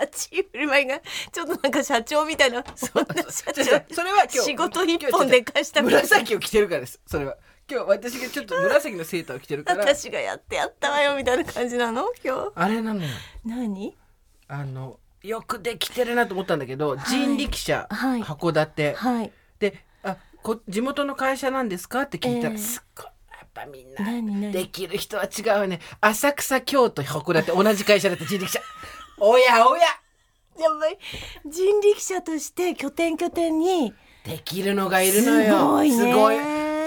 立ち振る舞いがちょっとなんか社長みたいなそんな <laughs> 社
じゃあ
長
それは今日
仕事一本で返したみたいな
紫を着てるからですそれは今日私がちょっと紫のセーターを着てるか
<laughs>
ら
私がやってやったわよみたいな感じなの今
あれなのよ
日何
あのよくできてるなと思ったんだけど、人力車、
はい
函館、
はい
であこ「地元の会社なんですか?」って聞いたら、
ええ
すっごいやっぱみんな
何何
できる人は違うよね浅草京都函館同じ会社だった人力車おやおや
やばい人力車として拠点拠点に
できるのがいるのよ
すごいね
すごい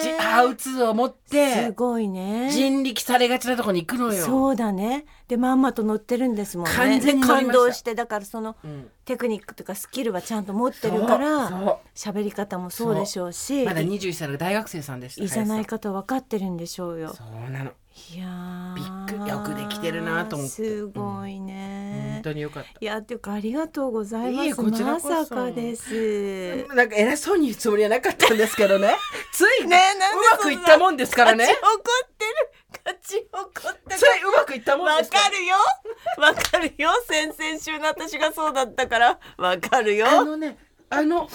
じハウツーを持っ
す
て
ごいね
人力されがちなとこに行くのよ
そうだねでまんまと乗ってるんですもんね
完全に乗りまし
感
た
動してだからその
うん
テクニックとかスキルはちゃんと持ってるから
そう
喋り方もそうでしょうし
まだ21歳の大学生さんでした
いざない方分かってるんでしょうよ
そうなの
いやー
びっくりよくできてるなと思って
すごい
本
ね、
当によかった
いやっていうかありがとうございます
いいえこちらこそ
まさかですね
なんか偉そうに言うつもりはなかったんですけどね <laughs> つい
え
ね
なんで
うまくいったもんですからね
勝ち怒ってる勝ち怒ってる
ついうまくいったもん
わ
です
かるよわかるよ先々週の私がそうだったからわかるよ
あのねあの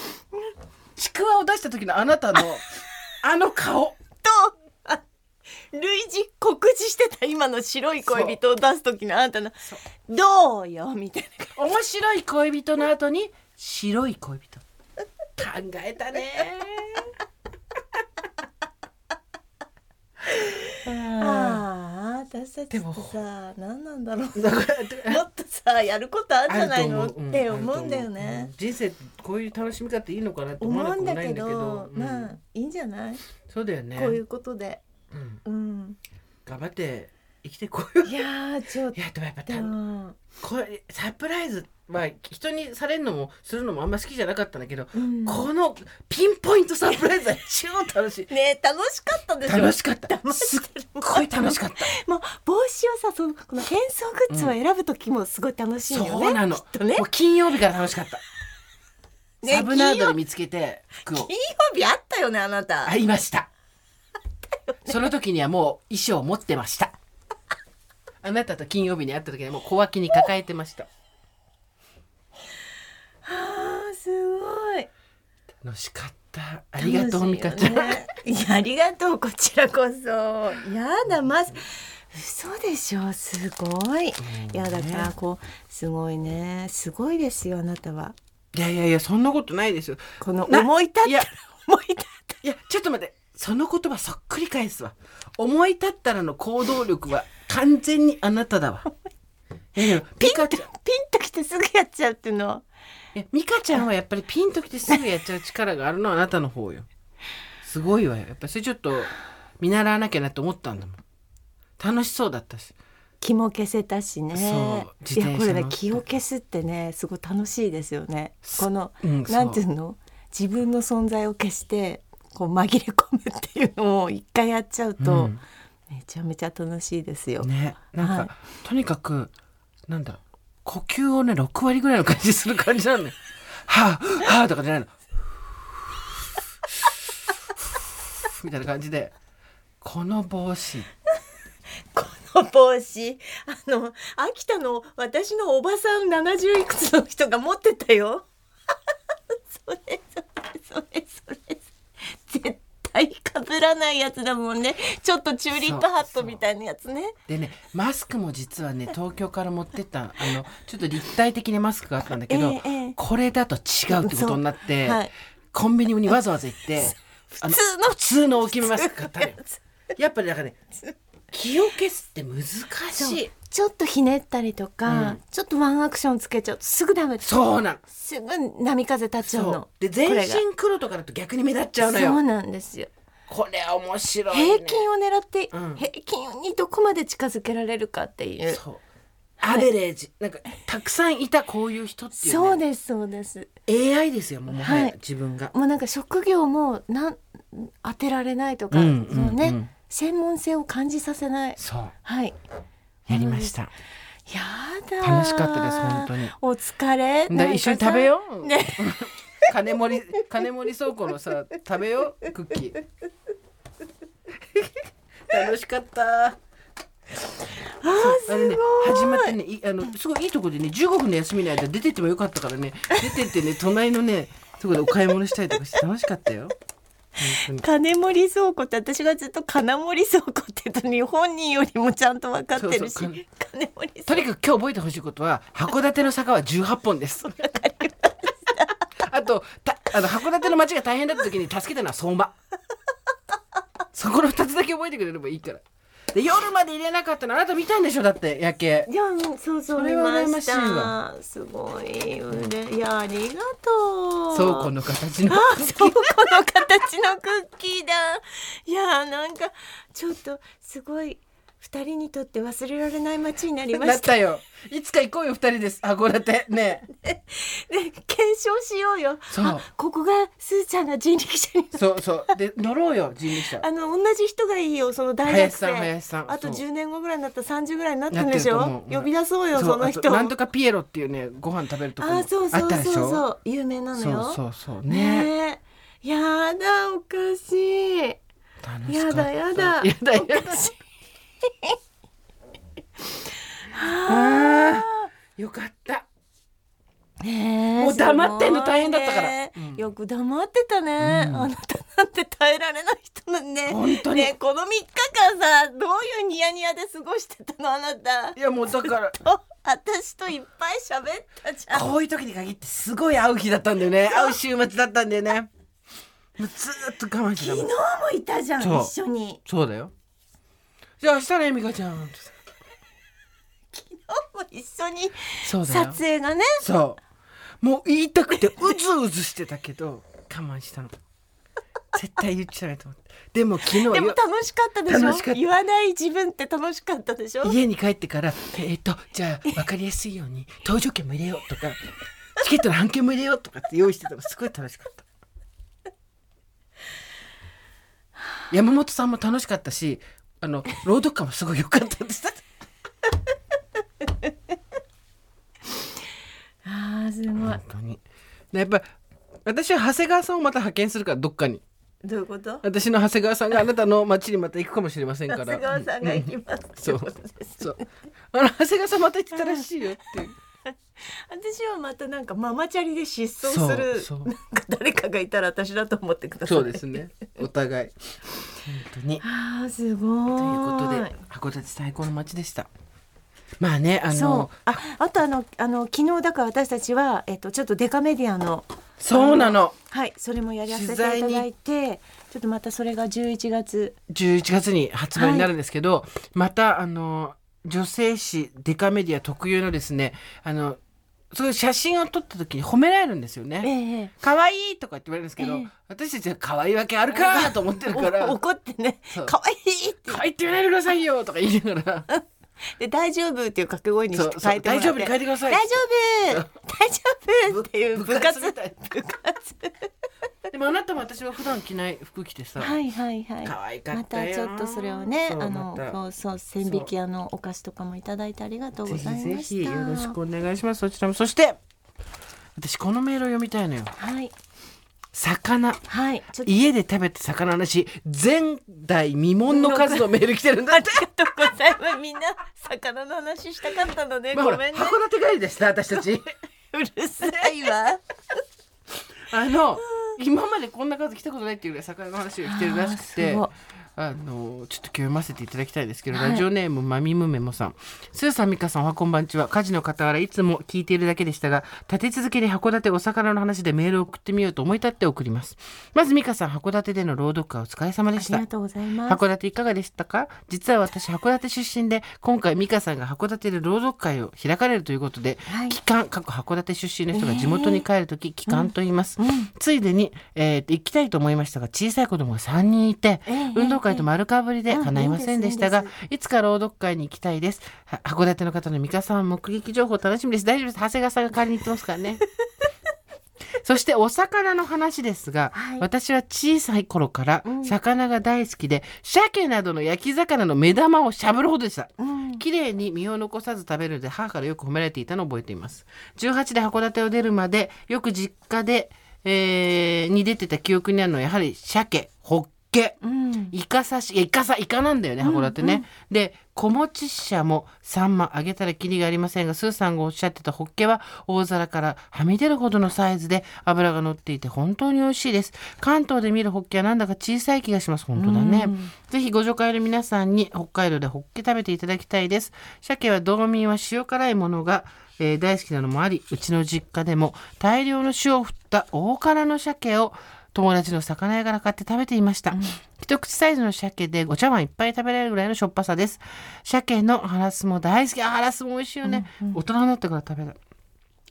ちくわを出した時のあなたの <laughs> あの顔
とあ類似酷似してた今の白い恋人を出す時のあんたの「どうよ」みたいな
面白い恋人の後に白い恋人考えたね
ああ私たち
で
っ
も
てさ何なんだろう
だから
もっとさやることあるんじゃないの
あ
っ
ると思う
て思うんだよね。
人生こういう楽しみ方いいのかなって思
思
わな
う
く
ん
も
だ
ない
け
んだけど
ど、ま
う
あ
ん
いいんじゃない
そうだよね
こういうことで。
うん
うん。
頑張って生きてこよう
いやーちょっ
いやでもやっぱ
と
た。これサプライズまあ人にされるのもするのもあんま好きじゃなかったんだけど、
うん
このピンポイントサプライズは超楽しい
ねえ楽しかったでしょ
楽しかった
騙
すっ
してる
ごい楽しかった
もう帽子をさそのこの変装グッズを選ぶ時もすごい楽しいよね、
そうなの
きっとね
もう金曜日から楽しかった、
ね
サブナードに見つけて服を
金曜日あったよねあなた
会いましたその時にはもう衣装を持ってましたあなたと金曜日に会った時にはもう小脇に抱えてました楽しかったありがとう美香ちゃん、
いやありがとうこちらこそやだまず嘘でしょすごいいやだからこうすごいねすごいですよあなたはい
やいやいやそんなことないですよ
この
な
思い立っ
い
た
や
ら思い立っ
いやちょっと待ってその言葉そっくり返すわ思い立ったらの行動力は完全にあなただ <laughs> わいやでも美香ちゃん
たピンときてすぐやっちゃうっていうの
いや美香ちゃんはやっぱりピンときてすぐやっちゃう力があるのはあなたの方よすごいわよやっぱりそれちょっと見習わなきゃなと思ったんだもん楽しそうだったし
気も消せたしね
そう自
い
転車
やこれね
乗って
気を消すってねすごい楽しいですよね
す
この、
うんそう
なんていうの自分の存在を消してこう紛れ込むっていうのを一回やっちゃうと、
うん
めちゃめちゃ楽しいですよ、
ねなんか、
はい
とにかくなんだ呼吸をね6割ぐらいの感じする感じなのよはあはあとかじゃないのみたいな感じでこの帽子
この帽子あの秋田の私のおばさん70いくつの人が持ってたよ <laughs> それそれそれそれ絶対かぶらないやつだもんねちょっとチューリップハットみたいなやつね
でねマスクも実は
<laughs>
ね東京から持ってったあのちょっと立体的にマスクがあったんだけど、
ええええ
これだと違うってことになって、
そうはい
コンビニにわざわざ行ってあ
普通の
普通の大きめマスク買ったのよやっぱりなんかね気を消すって難
そ
し
う
い
ちょっとひねったりとか、
うん
ちょっとワンアクションつけちゃうとすぐダメ
そうなの
すぐ波風立っちゃう
そう
の
で
こ
全
れが
身黒とかだと逆に目立っちゃうの
そう
よ
なんですよ
これ面白い、ね、
平均を狙って、
うん
平均にどこまで近づけられるかっていう
そうアベレージ、なんかたくさんいたこういう人ってい、
そうう
ね、
ですそうです
AI ですよもうもはや、
はい
自分が
もうなんか職業もなん当てられないとか、
うん
そのね、
うんうん
専門性を感じさせない
そう
はい
やりました
やだー
楽しかったです本当に
お疲れ
だ一緒に食べよう、
うね
<laughs> 金森金森倉庫のさ食べようクッキー <laughs> 楽しかった
あー
あ
す
の
ご
ね
い
始まってねいあのすごいいいとこでね15分の休みの間出てってもよかったからね出てってね隣のねとこでお買い物したりとかして楽しかったよ本
金森倉庫って私がずっと金森倉庫って言ったのに本人よりもちゃんと分かってるし
そうそう金
金森倉
当にとにかく今日覚えてほしいことは函館の坂は18本ですあとたあの函館の町が大変だった時に助けたのは相馬そこの2つだけ覚えてくれればいいからで夜まで入れなかったのあなた見たんでしょだって夜景
庫いやうんそうそう
そ
見
れは羨
ま
ま
し
しいわ
たすごいうれいやありがとう
倉庫の形の
あそうこの形のクッキーだいやーなんかちょっとすごい二人にとって忘れられない街になりま
なっ
した
たよいつか行こうよ二人です函館ねえ
で <laughs> 検証しようよ
そう
あここがすーちゃんが人力車に
そうそう。で、乗ろうよ、人力車。
あの同じ人がいいよその大学
林さ
生
ん、林さん。
あと
そう
10年後ぐらいになったら30ぐらいになったんでし
なってると
ょ
思う
呼び出そうよ
そう
その
あ
人
となん
あ
とかピエロっていうね、ご飯食べるとこもあ
あ
っ
そうそう
たでし
そ
ょ。
うそう有名なのよ
そうそうそうね。
ねえやだおかしい
楽しかっ
やだ
た
やだ
やだやだ。あーよかった。
ねえ
もう黙ってんの
すごい
大変だったから
ね
うん
よく黙ってたね、
うん
あなたなんて耐えられない人なんね
本当に
ねえこの3日間さどういうニヤニヤで過ごしてたのあなた
いやもうだから。
お <laughs> 私といっぱい喋ったじゃん
こういう時に限ってすごい会う日だったんだよね。会う週末だったんだよね。もうずーっと我慢してた
昨
もん
日もいたじゃん
そう
一緒に
そうだよ。じゃあ明日ね、美香ちゃん。
もう一緒に
そうだよ。
撮影がね
そうもう言いたくてうずうずしてたけど我慢したの絶対言っちゃないと思ってでも昨日
でも
よ
楽しかったで
楽しか
し
っ
ょ
た
言わない自分って楽しかったでしょ
家に帰ってから「えっ、とじゃあ分かりやすいように搭乗券も入れよう」とか「チケットの半券も入れよう」とかって用意してたのすごい楽しかった山本さんも楽しかったしあの朗読感もすごい良かったです
あーすごい
本当にやっぱ私は長谷川さんをまた派遣するからどっかに
どういうこと
私の長谷川さんがあなたの町にまた行くかもしれませんから
長谷川さんが行きますって
そう
ことです
そう。あの長谷川さんまた行ってたらしいよっていう。
私はまたなんかママチャリで失踪する
そうそう
なんか誰かがいたら私だと思ってください
<laughs> そうですねお互い本当に
あーすごい
ということで函館最高の街でしたまあねあ
そ
の
うああとあのあの昨日だから私たちは、えっと、ちょっとデカメディアの
そうなの
はいそれもやらせていただいてちょっとまたそれが11月
11月に発売になるんですけど、またあの女性誌デカメディア特有のですねあのそういう写真を撮った時に褒められるんですよ
え
ね。
え
可愛いとかって言われるんですけど、
ええ
私たちは可愛いわけあるかと思ってるから
お怒ってね
そう
可愛いって
可愛いって言わないでくださいよとか言いながら
<laughs> で大丈夫っていう掛け声にし
そう
て
そ
変
う
えてもら
大
っ
丈夫に変えてください。
大丈夫大丈夫っていう部活
みたい
部活
でもあなたも私は普段着ない服着てさ、
はいはいはい
可愛か
ま
った
た
よ
ちょっとそれをね
そう
あ
また
のこうそう千匹屋のお菓子とかもいただいてありがとう
ぜ
ございまし
ひ
た
ぜひよろしくお願いしますそちらもそして私このメールを読みたいのよ
はい
魚
はいちょっと
家で食べた魚の話前代未聞の数のメール来てるんだって
ありがとうございます。みんな魚の話したかったのね。
まあ
ご
ほら
めんね。
函館帰りでした私た
<laughs>
ち
うるさいわ。
あの今までこんな数来たことないっていうぐらい魚の話が来てるらしく
あ
て
ーそう
あのちょっと今日読ませていただきたいですけど、
はい
ラジオネームまみむめもさんスーさんみかさんおはこんばんちは家事の傍らいつも聞いているだけでしたが立て続けに函館お魚の話でメールを送ってみようと思い立って送りますまずみかさん函館での朗読会お疲れ様で
あ
し
り
た
がとうございます。
函館いかがでしたか実は私函館出身で今回美香さんが函館で朗読会を開かれるということで、
はい
帰還各函館出身の人が地元に帰る時、帰還と言います、ついでに、えーと行きたいと思いましたが小さい子供が3人いて、
ええ
運動会と丸かぶりで叶いませんでした
う
が、
んいいです
いつか朗読会に行きたいですは函館の方の美香さん目撃情報楽しみです大丈夫です長谷川さんが代わりに行ってますか
<laughs>
らねそしてお魚の話ですが、
はい
私は小さい頃から
ん
魚が大好きで、鮭などの焼き魚の目玉をしゃぶるほどでした。
うん。
綺麗に身を残さず食べるので母からよく褒められていたのを覚えています18で函館を出るまでよく実家で、えーに出てた記憶にあるのはやはり鮭ホッケ
うん。
イカ刺しいやイカさイカなんだよね函館ね、で子持ち車もサンマ揚げたらキリがありませんがスーさんがおっしゃってたホッケは大皿からはみ出るほどのサイズで脂が乗っていて本当に美味しいです関東で見るホッケはなんだか小さい気がします本当だね、ぜひご助会の皆さんに北海道でホッケ食べていただきたいです鮭は道民は塩辛いものがえー大好きなのもありうちの実家でも大量の塩を振った大辛の鮭を友達の魚屋から買って食べていました、一口サイズの鮭でお茶碗いっぱい食べられるぐらいのしょっぱさです鮭のハラスも大好きあハラスも美味しいよね、大人になってから食べた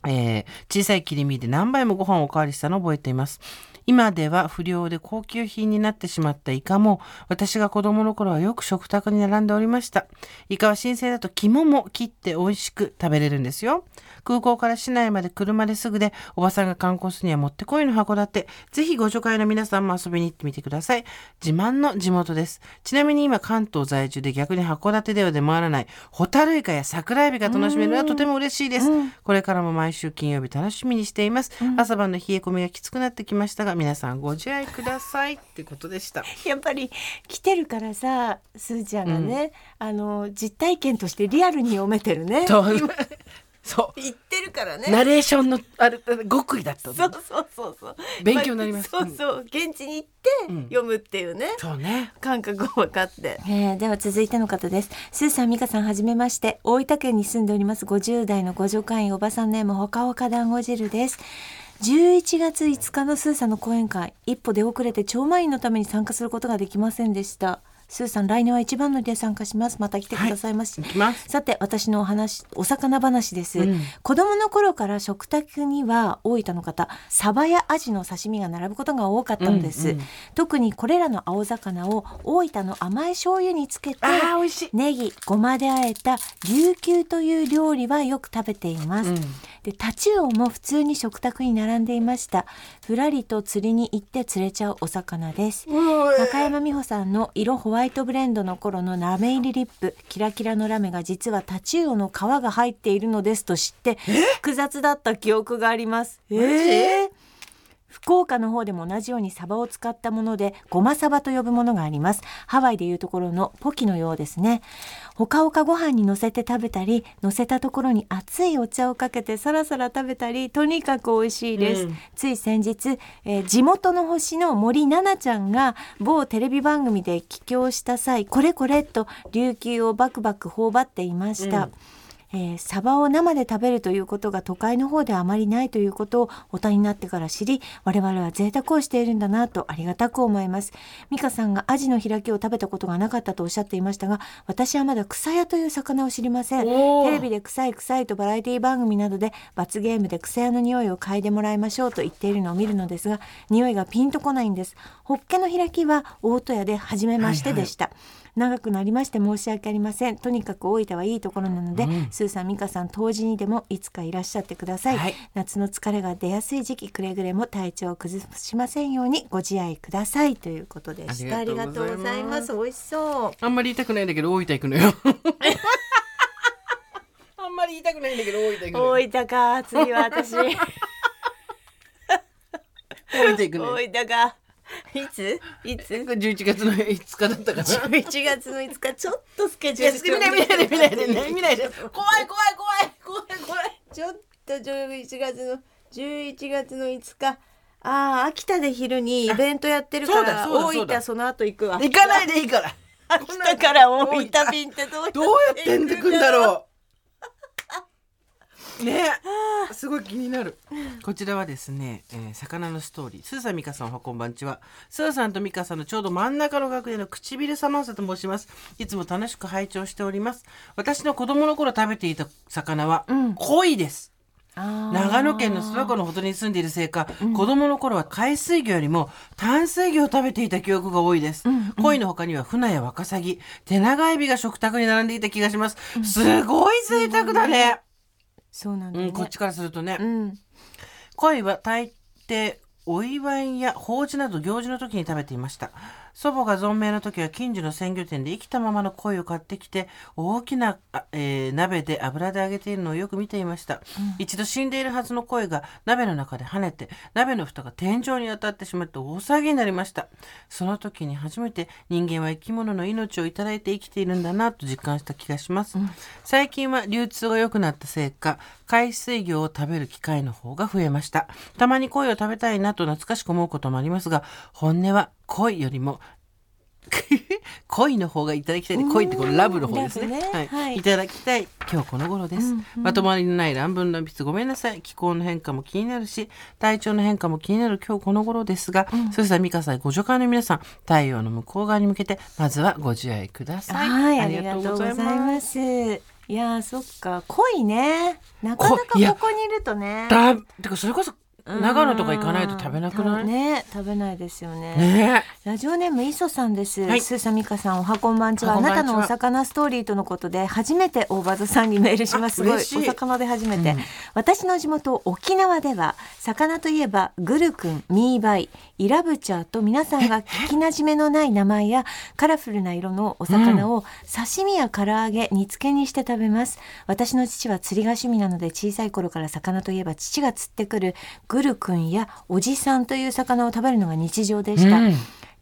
えー小さい切り身で何杯もご飯をおかわりしたのを覚えています。今では不良で高級品になってしまったイカも、私が子供の頃はよく食卓に並んでおりました。イカは新鮮だと肝も切って美味しく食べれるんですよ。空港から市内まで車ですぐで、おばさんが観光するにはもってこいの函館。ぜひご助会の皆さんも遊びに行ってみてください。自慢の地元です。ちなみに今関東在住で逆に函館では出回らない、ホタルイカや桜エビが楽しめるのはとても嬉しいです。これからも毎週金曜日楽しみにしています、朝晩の冷え込みがきつくなってきましたが皆さんご自愛くださいってことで
<laughs>
した
やっぱり来てるからさ、すーちゃんがね、あの実体験としてリアルに読めてるね。
そうそ
言ってるから
う
ね。
ナレーションのあれ極意だったの
そうそうそうそう。
勉強になります
あそうそう。現地に行って読むっていうね。
そうね
感覚を分かって、えーでは続いての方ですスーさん美香さんはじめまして大分県に住んでおります50代のご助会員おばさんネームほかほか団子汁です11月5日のスーさんの講演会一歩出遅れて超満員のために参加することができませんでしたスーさん来年は一番乗りで参加しますまた来てくださいまし、
はい行きます
さて私のお話お魚話です、
うん
子供の頃から食卓には大分の方サバやアジの刺身が並ぶことが多かったのです、
うんうん
特にこれらの青魚を大分の甘い醤油につけて
あー美味しい
ネギごまであえた琉球という料理はよく食べています、
うん
でタチウオも普通に食卓に並んでいましたふらりと釣りに行って釣れちゃうお魚です中山美穂さんの色ホワイトブレンドの頃のラメ入りリップキラキラのラメが実はタチウオの皮が入っているのですと知って複雑だった記憶がありますえー福岡の方でも同じようにサバを使ったものでごまサバと呼ぶものがありますハワイでいうところのポキのようですねほかほかご飯に乗せて食べたり乗せたところに熱いお茶をかけてサラサラ食べたりとにかく美味しいです、
うん
つい先日、えー地元の星の森奈々ちゃんが某テレビ番組で帰郷した際これこれと琉球をバクバク頬張っていました、えーサバを生で食べるということが都会の方ではあまりないということを大人になってから知り我々は贅沢をしているんだなとありがたく思います美香さんがアジの開きを食べたことがなかったとおっしゃっていましたが私はまだ草屋という魚を知りません
おー
テレビで臭い臭いとバラエティ番組などで罰ゲームで草屋の匂いを嗅いでもらいましょうと言っているのを見るのですが匂いがピンとこないんですホッケの開きは大戸屋で初めましてでした、長くなりまして申し訳ありませんとにかく大分はいいところなので、スーさん美香さん当時にでもいつかいらっしゃってください、
はい
夏の疲れが出やすい時期くれぐれも体調を崩しませんようにご自愛くださいということでした
ありがとうございます
ありがとうございます美味しそう
あんまり言いたくないんだけど大分行くのよ <laughs> あんまり言いたくないんだけど大分行くのよ
大分か次は
<laughs>
私大
大分行くのよ
分かいつい
<laughs>
つ
11月の5日だったかな
11月の5日ちょっとスケジ
いや
ュ
見
ール
ない見ないで見ないでね見ないで怖い怖い怖い怖い怖い
ちょっと11月の11月の5日ああ秋田で昼にイベントやってるか
あ
ら
そうだそうだそ
大
うだ
分その後行くわ
行かないでいいから
秋田から大分便ってどう
どうやってんでくんだろ
<laughs>
うねすごい気になるこちらはですね、えー魚のストーリースーさん美香さんおはこんばんちはスーさんと美香さんのちょうど真ん中の楽屋の唇サマンサと申しますいつも楽しく拝聴しております私の子供の頃食べていた魚は鯉です、長野県の諏訪湖のほとりに住んでいるせいか、子供の頃は海水魚よりも淡水魚を食べていた記憶が多いです、鯉の他には船やワカサギ手長エビが食卓に並んでいた気がします、すごい贅沢だね、
そうなんだ、
う
ね
ん、こっちからするとね、
うん
鯉は大抵お祝いや法事など行事の時に食べていました祖母が存命の時は近所の鮮魚店で生きたままの鯉を買ってきて大きな、あえー鍋で油で揚げているのをよく見ていました、一度死んでいるはずの鯉が鍋の中で跳ねて鍋の蓋が天井に当たってしまって大騒ぎになりましたその時に初めて人間は生き物の命をいただいて生きているんだなと実感した気がします、最近は流通が良くなったせいか海水魚を食べる機会の方が増えましたたまに鯉を食べたいなと懐かしく思うこともありますが本音は鯉よりも <laughs> 恋の方がいただきたいね恋ってこのラブの方ですね
ラブね
はい
はい
いただきたい今日この頃です、まとまりのない乱文乱筆ごめんなさい気候の変化も気になるし体調の変化も気になる今日この頃ですが、それでは美香さんご助会の皆さん太陽の向こう側に向けてまずはご自愛ください、
はい、ありがとうございます。いやー、そっか、濃いね。なかなか
濃いいや
ここにいるとね。
だてかそれこそ
うん
長野とか行かないと食べなくないね
ね、食べないですよね。
ね
ラジオネーム磯さんです。
はい
スーサミカさん、おはこんばんち
お
は。
は
あ
こんば
なん
ちは
たのお魚ストーリーとのことで、初めて大場座さんにメールします。す
あ
ごい。お
嬉しい
魚で初めて。私の地元、沖縄では、魚といえば、グルクン、ミーバイ、イラブチャーと皆さんが聞きなじめのない名前や、カラフルな色のお魚を刺身や唐揚げ、煮付けにして食べます。私の父は釣りが趣味なので、小さい頃から魚といえば、父が釣ってくるグルクンやおじさんという魚を食べるのが日常でした。
うん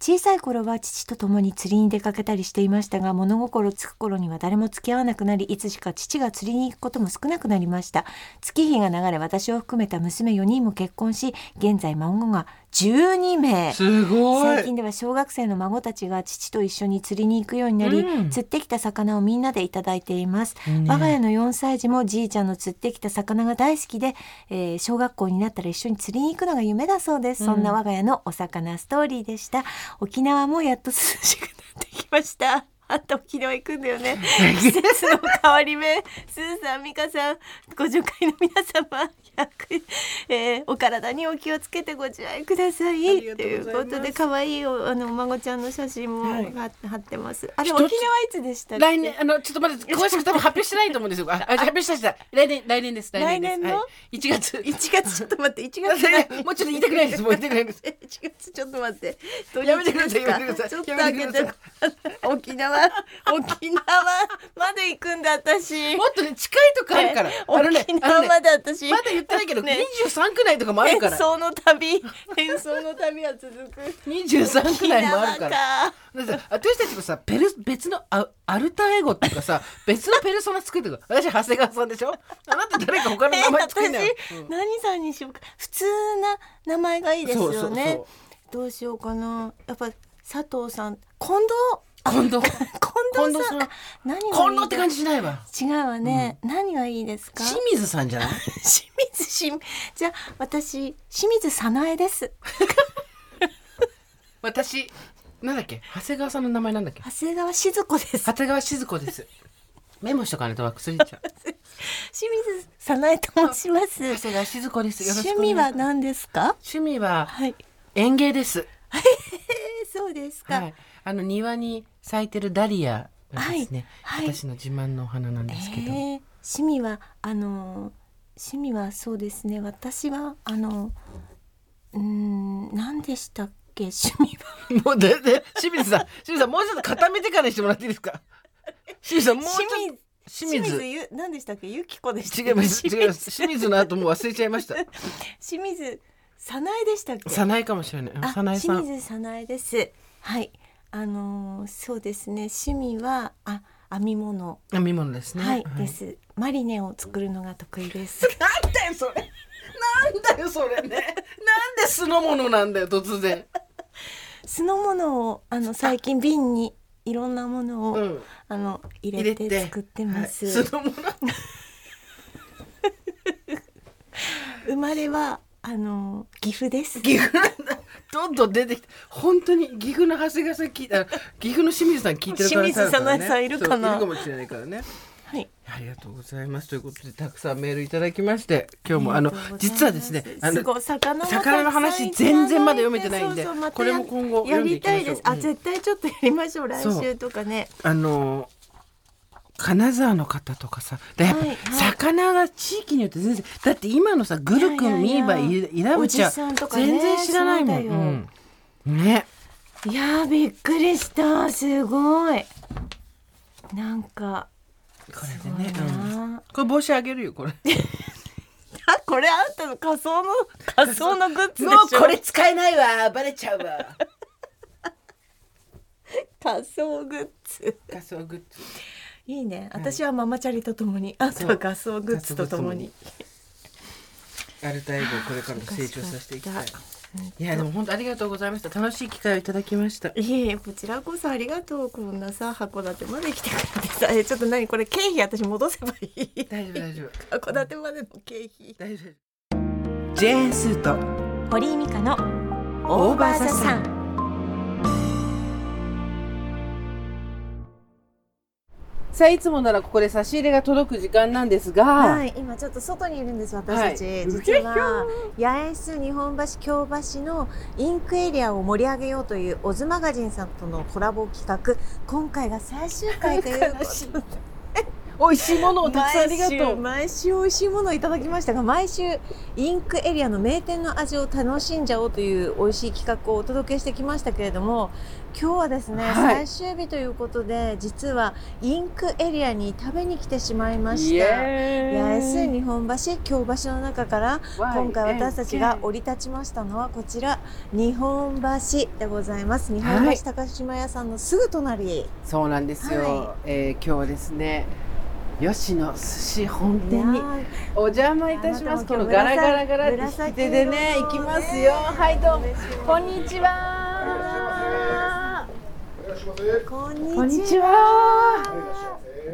小さい頃は父と共に釣りに出かけたりしていましたが物心つく頃には誰も付き合わなくなりいつしか父が釣りに行くことも少なくなりました月日が流れ私を含めた娘4人も結婚し現在孫が12名
すご
最
い
近では小学生の孫たちが父と一緒に釣りに行くようになり、
うん
釣ってきた魚をみんなでいただいています、
いいね
我が家の4歳児もじいちゃんの釣ってきた魚が大好きで、えー小学校になったら一緒に釣りに行くのが夢だそうです、そんな我が家のお魚ストーリーでした沖縄もやっと涼しくなってきましたあんた沖縄行くんだよね季節の変わり目スーさん美香さんご助会の皆様100、えーお体にお気をつけてご自愛ください
ありが
と
とう
い
ござ
う
います
ことで可愛いおあのお孫ちゃんの写真も
はい
は貼ってます。あれ
一
沖
つ
縄いつでしたっけ
来年あのちょっとまだ詳しく多分発表してないと思うんですよああ発表したした来年来年です来
来年
年です
の
はい、1月
<laughs> 1月ちょっと待って1月
<laughs> もうちょっと言いたくないですもう
<laughs>
言いたくないです
1月ちょっと待って
やめてくださいやめてください
ちょっと開け
やめ
て
てくだ
沖縄縄沖縄まで行くんだ私
もっとね近いとこあるから、あのね
沖
あの
縄
ね
まで私
まだ言ってないけど、
ね
23区内とかもあるか
演
ら
奏の旅演奏の旅は続く
<laughs> 23区内もあるから
ら
だって私たちもさペル別のアアルターエゴってい
<laughs>
うかさ別のペルソナ作ってるから私長谷川さんでしょあなた誰か他の名前作んない、
私、何さんにしようか普通な名前がいいですよね
そうそうそう
どうしようかなやっぱ佐藤さん近藤
今
<laughs>
度
近藤さん
近藤さん
あ何がいい
今度って感じしないわ
違うわね、何がいいですか
清水さんじゃない
清水しじゃあ私清水早苗です
私なんだっけ長谷川さんの名前なんだっけ
長谷川静子です
長谷川静子ですメモしとかないと忘れちゃう
清水早苗と申します
長谷川静子ですよろしく
趣味
お願いしま
は
す
何ですか
趣味は
はい、
園芸です
えー、そうですか、
はいあの庭に咲いてるダリアがですね、
はいはい
私の自慢のお花なんですけど、
えー趣味はあのー趣味はそうですね私はあのうーん何でしたっけ趣味は
もうでで清水さん清水さんもうちょっと固めてからにしてもらっていいですか清水さんもうちょっと清水
ゆ何でしたっけゆきこでしたっ
違い
け
ます
清
違います清水の後もう忘れちゃいました
清水早苗でしたっけ
早苗かもしれない
あ
早苗さ
清
ん
水早苗ですはいあのーそうですね趣味はあ編み物
編み物ですね
はい、ですマリネを作るのが得意です <laughs>
なんだよそれなんだよそれねなんで酢の物なんだよ突然
酢の物をあの最近瓶にいろんなものを、
うん
あの入れ
入れ
て
て
作ってます、
はい酢の物
生まれはあの岐阜です
岐阜なんだどんどん出てきて本当に岐阜の長谷川さん聞いたら岐阜の清水さん聞いてるから
清水さんのさんいるかな
そういるかもしれないからね
はい
ありがとうございますということでたくさんメールいただきまして今日もあの
りがとうございます
実はですねあ
す
の
ごい魚もたくさん
魚の話全然まだ読めてないんで
そうそうまた
これも今後
や
読んで
り
いきま
た
しょう
いですあ、
うん
絶対ちょっとやりましょう来
そう
週とかね
あの金沢の方とかさでやっぱ
はいはい
魚が地域によって全然だって今のさグルクン
いやい
ミーバ
やいや
イイラブチ
おじさんと
ャ
かね
全然知らないも
そうだよ
ん、うん、ね
いやーびっくりしたすごいなんか
こ
す
れ
ごい
でね、うん、
な、
これ帽子あげるよこれ
あこれあんたの仮想の仮想のグッズでしょ
もうこれ使えないわバレちゃうわ
仮想グッズ
仮想グッズ
いいね私はママチャリとともにあんたは仮想グッズとともに
アルタイゴをこれからも成長させていきたい
難しか
いやでも本当ありがとうございました楽しい機会をいただきました
いえいえこちらこそありがとうこんなさ函館まで来てくれてさえちょっと何これ経費私戻せばい
<laughs>
い
大丈夫大丈夫
函館までの経費
大丈夫ジェーンスーと
堀井美香の
オーバーザさんさあいつもならここで差し入れが届く時間なんですが、
はい今ちょっと外にいるんです私たち、
はい
実は八重洲日本橋京橋のインクエリアを盛り上げようというオズマガジンさんとのコラボ企画今回が最終回ということで
美味しいものをたくさんありがとう
毎週毎週美味しいものをいただきましたが毎週インクエリアの名店の味を楽しんじゃおうという美味しい企画をお届けしてきましたけれども今日はですね、
はい
最終日ということで実はインクエリアに食べに来てしまいまし
イエ
た。八重洲
ーイ
日本橋京橋の中から今回私たちが降り立ちましたのはこちら日本橋でございます日本
はい
橋高島屋さんのすぐ隣、
そうなんですよ、
は
えー今日はですね吉野寿司本
いや
店に
ー
お邪魔いたしますこのガラガラガラって引き手でね行きますよはいどうもこんにちは
こん
こんに
にち
ち
は。
は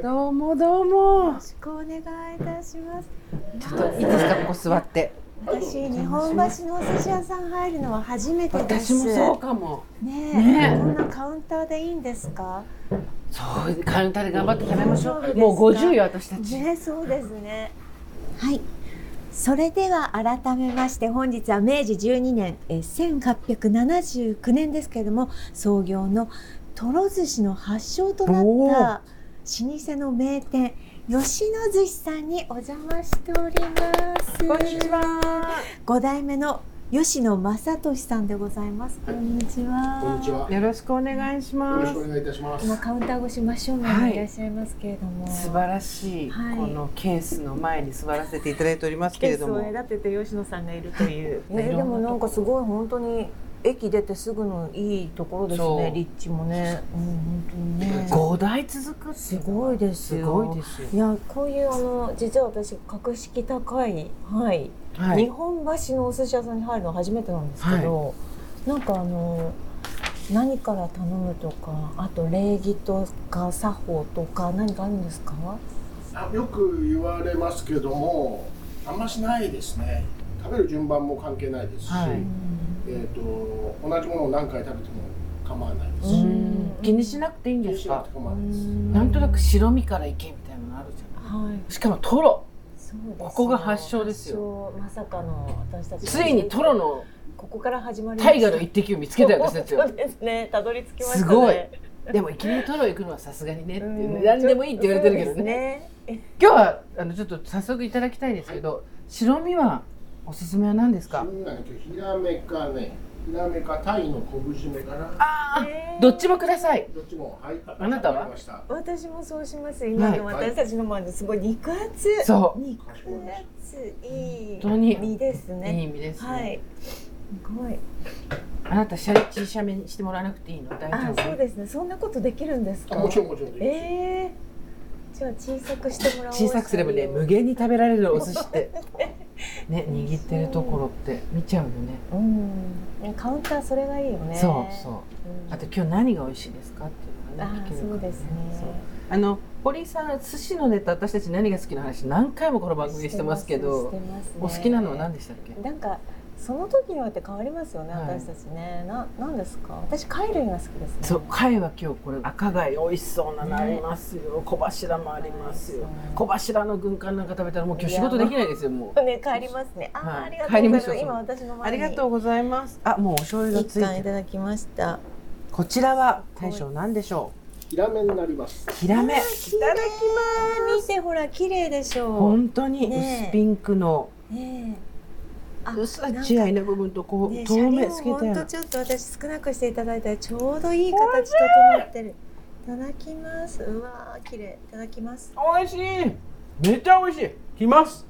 どうもどうも
よろしくお願いいたします。
ちょっといいですかここ座って
私日本橋のお寿司屋さん入るのは初めてです。
私もそうかも
ねえ、
ねえ
こんなカウンターでいいんですか？
そうカウンターで頑張って食べましょ
そうです
う
か
もう50よ私たち
ねえ、そうですね。はい。それでは改めまして本日は明治12年えー1879年ですけれども創業のとろ寿司の発祥とな
お
った
ー
老舗の名店吉野寿司さんにお邪魔しております。
こんにちは
5代目の
吉野正俊さんでございます。こんにちは。
こんにちは。よ
よろしくお願いしま
ろし
す
くお願いいたします。
今カウンター越し真正面にいらっしゃいますけれども、
素晴らしい、
はい
このケースの前に座らせていただいておりますけ
ケ
れ
ース
ど
を
も
隔てて吉野さんがいると
<laughs>
いう。
えーでもなんかすごい本当に駅出てすぐのいいところです
そう
ね立地もね、うん、本当にね
5台続くって
すごいです
す
よ
ごいですよ
いやこういうあの実は私格式高い、はい
はい
日本橋のお寿司屋さんに入るの初めてなんですけど、なんかあの何から頼むとかあと礼儀とか作法とか何かあるんですか
あよく言われますけども、あんましないですね。食べる順番も関係ないですし、
はい
えっ、と同じものを何回食べても構わないで
う
すし、
ん気にしなくていいん
気
で
に
す
しなく
か
て構わないです。
なんとなく白身からいけみたいなのあるじゃ
はい
んしかもトロ
そうですよ
ここが発祥ですよ
発祥まさかの私たち
ついにトロの
ここから始まりました
大河の一滴を見つけたような説
そう
よ
ですねたどり着きましたね
すごいでもいきなりトロ行くのはさすがにねっていううん何でもいいって言われてるけど
そう
ね
ですね
今日はあのちょっと早速いただきたいんですけど白身はおすすめは何ですか
みんなね、今日ヒラメかね、ヒラメかタイの昆布締めかな。
あ
ええー
どっちもください
どっちもはい。
あなたは
わかりました。
私もそうします今の私たちの前ですごい肉厚
そう
肉厚いい
本当に
身です
いい
ね
意味ですね、
はいすごい
あなたシャレチーシャメにしてもらわなくていいの大
あ
丈夫
そうですねそんなことできるんです
あ
か
もちろんもちろんでいいですよ。
ええじゃあ小さくしてもらおう
小さくすればね無限に食べられるお寿司ってね握ってるところって見ちゃうよね
うんカウンターそれがいいよね
そうそう
うん
あと今日何が美味しいですかっていうのがね
あ
聞けるから
そうですね
そうあの堀井さん寿司のネタ私たち何が好きな話何回もこの番組でしてますけ
し
ど
てますね
お好きなのは何でしたっけ
なんかその時によって変わりますよね、
はい
私たちねななんですか私貝類が好きですね
そう貝は今日これ赤貝美味しそうなのあ
ね
りますよ小柱もありますよ
そう
小柱の軍艦なんか食べたらもう今日仕事できないですよもう
ね帰りますねあー、
はい
ありがとうございま
帰
す
りましょう
今私の
あ
前
り
に
がとうございますあもうお醤油がつ
一
い
貫い
て
た
る
だきました
こちらは大将何でしょ
ヒラメになります。
うヒラメいただきま
見
す
てほら綺麗でしょう
本当に
ねえ
薄ピンクの
ねえあ
薄い血合いの部分とこ
ね
う
え、
透明透
シャ
け
リも
た
ほ
ようん
と
な
ちょっと私少なくしていただいたらちょうどいい形整ってるいただきますうわー綺麗いただきます
美味しいめちゃ美味しいきます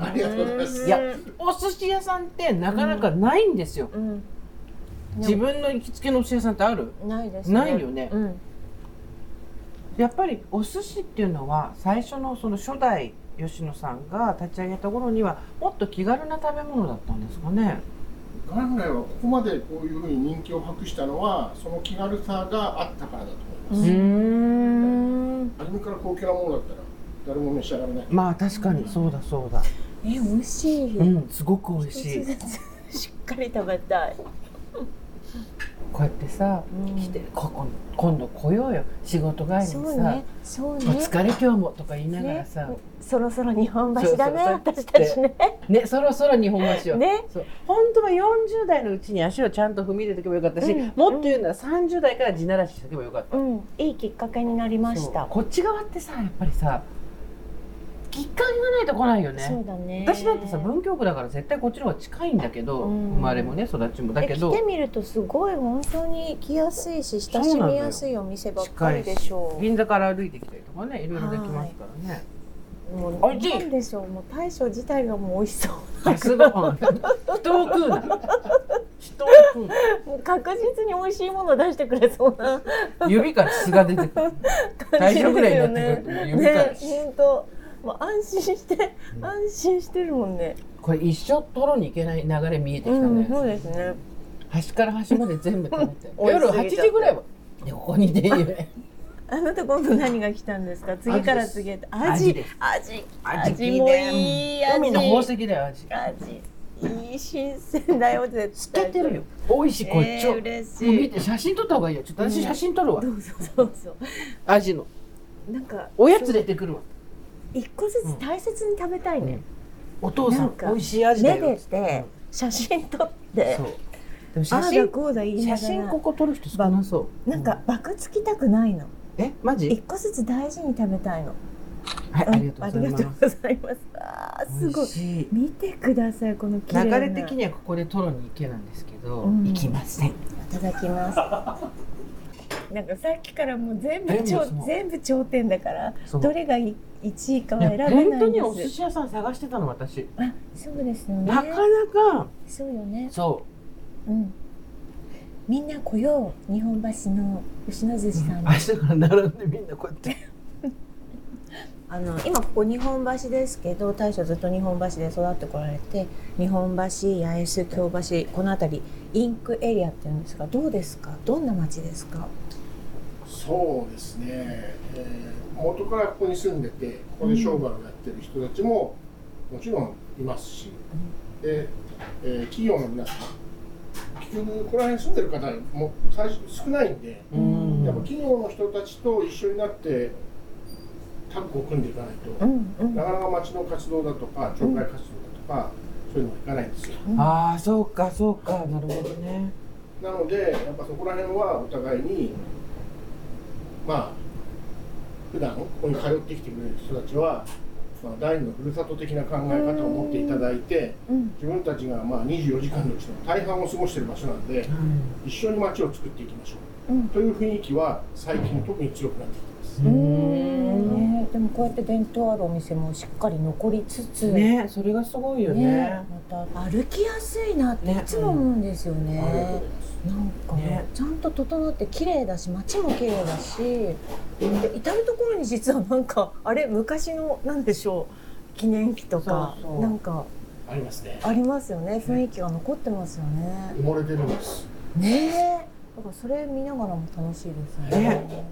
ありがとうございます。
いやお寿司屋さんってなかなかないんですよ、
うん
自分の行きつけのお寿司屋さんってある
ないです
ないよね
うん
やっぱりお寿司っていうのは最初のその初代吉野さんが立ち上げた頃にはもっと気軽な食べ物だったんですかね
元来はここまでこういうふうに人気を博したのはその気軽さがあったからだと思います、
うーん
初めから高級なものだったら誰も召し上がらない
まあ確かにそうだそう
<laughs>
だ
え美味しい、
うんすごく美味しい
しっかり食べたい、
こうやってさ来てここ今度来ようよ仕事帰りにさ、
そうねそう
お
ね
疲れ今日もとか言いながらさ、
そろそろ日本橋だね
そうそう
私たちね
ね、そろそろ日本橋を。
ね
そう本当は40代のうちに足をちゃんと踏み入れておけばよかったし、
うん
もっと言うなら30代から地ならししておけばよかった。
うんいいきっかけになりました
そうこっち側ってさやっぱりさきっかけがないと来ないよ
そう
ね。
だね
私なんてさ文京区だから絶対こっちの方が近いんだけど、
うん
生まれもね育ちもだけ
で来て
ど
みるとすごい本当に来やすいし親しみやすいお店ばっかりでしょう
銀座から歩いてきたりとかねいろいろできますからね。
もう
美味しい
なんでしょうもう大将自体がもう美味しそう
ガスご飯人を食うな人を食うな
もう確実に美味しいものを出してくれそうな
指からすが出てくる。
感
大
じです
丈
よね
夫ぐらいになってくると指から。
ね本当もう安心して安心してるもんね
これ一生取ろにいけない流れ見えてきたね、
うんそうですね
端から端まで全部食べて
美味
夜
しすぎ
8
ちゃって
時ぐらいはでここに出るね
あなた今度何が来たんですか次から次へとア
味
ジ
です
アジ
味
味もいい味
海の宝石だよ味
味いい新鮮だよ絶
透け
対
てるよ美味しいこっち
え
を、
ー、嬉し
もう見
い
て写真撮った方がいいよちょっと私写真撮るわ、
そうそうそうそう
アジの
なんか
おやつ出てくるわ
一個ずつ大切に食べたいね、
お父さ
なんん
美
か
味しい味だ
目
よ
でて写真撮っ
うん
て
そう
あ
でも写
あだ
真
こうだ言いな
写
が
真
ら
ここ撮る人少なそう
なんかバクつきたくないの
うんえマジ
一個ずつ大事に食べたいの
はい
うん
ありがとうございます
ありがとうございますああすごい
しい
見てくださいこの綺麗
流
な
れ的にはここでトロに行けなんですけど、
うん
行きません
いただき
<laughs>
ますなんかさっきからもう全部
全部
頂
そう
全部頂点だから
そう
どれがい1位か
い
は選
や
べないん
本当にお
で
寿
す
司屋さん探してたの私
あそうですよね
なかなか
そうよね
そ
うんみんな来よう日本橋の吉野寿司
う
さんに
明日から並んでみんなこうやって
<laughs> あの今ここ日本橋ですけど大将ずっと日本橋で育ってこられて日本橋八重洲京橋この辺りインクエリアっていうんですがどうですかどんな街ですか
そうですね、えー元からここに住んでてここで商売をやってる人たちももちろんいますし、で、えー企業の皆さん結局ここら辺住んでる方も最初少ないんで、
うん
やっぱ企業の人たちと一緒になってタッグを組んでいかないと、
うんうん
なかなか町の活動だとか町内活動だとか、そういうのはいかないんですよ
ああそうかそうかなるほどね
なのでやっぱそこら辺はお互いにまあ普段ここに通ってきてくれる人たちは、まあ、第二のふるさと的な考え方を持っていただいて
うん
自分たちがまあ24時間のうちの大半を過ごしている場所なんで一緒に街を作っていきましょう、
うん
という雰囲気は最近特に強くなってきてます
うーんねでもこうやって伝統あるお店もしっかり残りつつ
ねそれがすごいよね
ねまた歩きやすいなっていつも思うんですよね
ありがとうございます
なんか、
ね
ちゃんと整って綺麗だし街も綺麗だし至る所に実はなんかあれ昔のなんでしょう記念碑とか
そうそう
なんか
ありますね
ありますよね雰囲気が残ってますよね
埋。もれてるんです
ねえだからそれ見ながらも楽しいですね。
ね